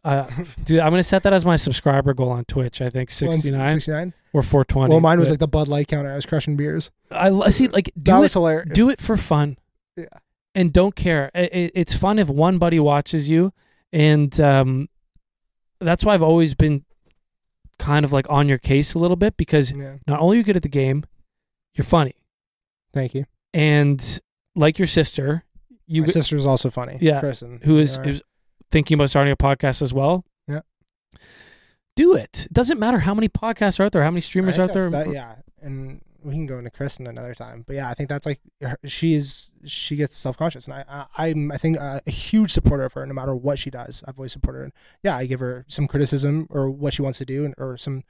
Uh, dude, I'm gonna set that as my subscriber goal on Twitch. I think 69
69.
or 420.
Well, mine was
But
like the Bud Light counter. I was crushing beers.
I li- see. Like,
that
do it,
was hilarious.
do it for fun.
Yeah.
And don't care. I i it's fun if one buddy watches you, and um, that's why I've always been kind of like on your case a little bit because
Yeah.
not only are you good at the game, you're funny,
Thank you.
and like your sister, you
My sister's also funny.
Yeah.
Kristen.
who is
Yeah.
who's thinking about starting a podcast as well.
Yeah.
Do it. It doesn't matter how many podcasts are out there, how many
I
streamers
think
out there.
that's that- yeah, and we can go into Kristen another time. But yeah, I think that's like her, she's she gets self conscious, and I, I I'm I think uh, a huge supporter of her no matter what she does. I've always supported her. And yeah, I give her some criticism or what she wants to do, and or some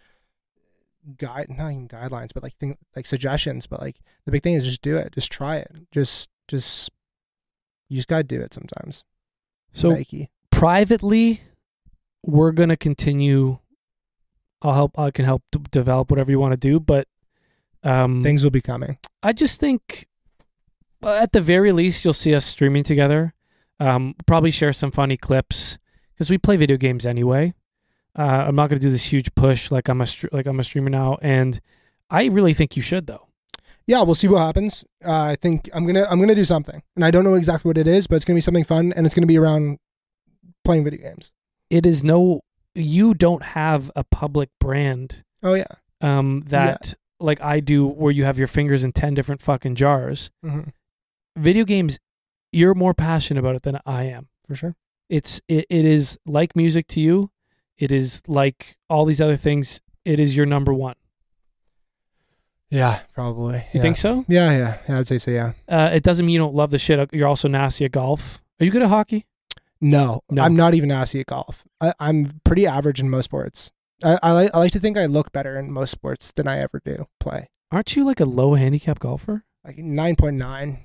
guide not even guidelines, but like thing like suggestions. But like the big thing is just do it, just try it, just just you just gotta do it sometimes.
So
Nike.
privately, we're gonna continue. I'll help. I can help d- develop whatever you want to do, but um,
things will be coming.
I just think, uh, at the very least, you'll see us streaming together. Um, probably share some funny clips because we play video games anyway. Uh, I'm not gonna do this huge push like I'm a str- like I'm a streamer now, and I really think you should though.
yeah, we'll see what happens. Uh, I think I'm gonna I'm gonna do something, and I don't know exactly what it is, but it's gonna be something fun, and it's gonna be around playing video games.
it is no you don't have a public brand
Oh yeah,
um that like I do where you have your fingers in 10 different fucking jars.
hmm
Video games you're more passionate about it than I am.
for sure.
It's it, it is like music to you. It is like all these other things. It is your number one.
Yeah, probably.
You think so?
Yeah, yeah, yeah. I'd say so. Yeah.
Uh, it doesn't mean you don't love the shit. Uh, You're also nasty at golf. Are you good at hockey?
No,
No.
I'm not even nasty at golf. I, I'm pretty average in most sports. I, I like I like to think I look better in most sports than I ever do play.
Aren't you like a low handicap golfer?
Like nine point nine,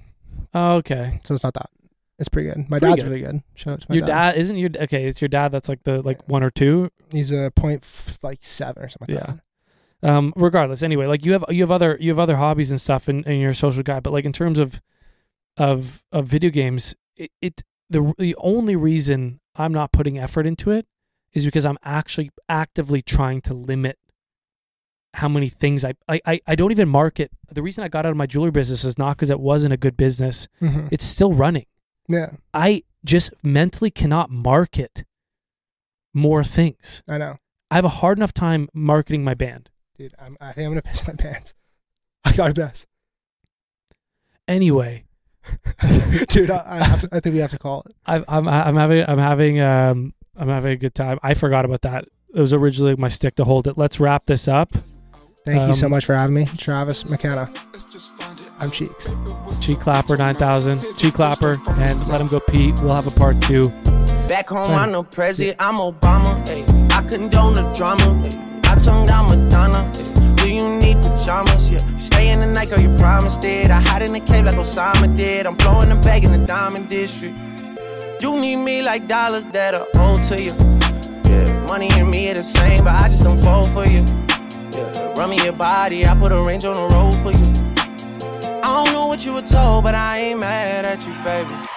Oh, okay.
so it's not that. It's pretty good. My
Pretty
dad's
good.
really good. Shout out to my
Your dad isn't your okay. It's your dad that's like the like one or two
He's a point f- like seven or something. Like
Yeah.
that.
um regardless anyway like you have you have other you have other hobbies and stuff and, and you're a social guy but like in terms of of of video games it, it the the only reason i'm not putting effort into it is because i'm actually actively trying to limit how many things I, I i i don't even market the reason i got out of my jewelry business is not because it wasn't a good business
Mhm.
it's still running
Yeah,
i just mentally cannot market more things
I know.
i have a hard enough time marketing my band
Dude, I'm, I think I'm gonna piss my pants. [LAUGHS] I gotta piss. [LAUGHS]
anyway
Dude, I, I, have to, I think we have to call it.
I, I'm I'm having I'm having um I'm having a good time. I forgot about that. It was originally my stick to hold it. Let's wrap this up.
Thank you so
Um,
much for having me, Travis McKenna.
I'm
I'm Cheeks.
G Clapper 9000, G Clapper, and let him go, Pete. We'll have a part two.
Back home, I know Prezi, I'm Obama. ayy. I condone the drama. ayy. I tongued out Madonna. ayy. Do you need pajamas? Yeah. Stay in the night, girl, you promised it. I hide in the cave like Osama did. I'm blowing the bag in the diamond district. You need me like dollars that are owed to you. Yeah. Money and me are the same, but I just don't fall for you. Yeah. Run me your body, I put a range on the road for you. I don't know what you were told, but I ain't mad at you, baby.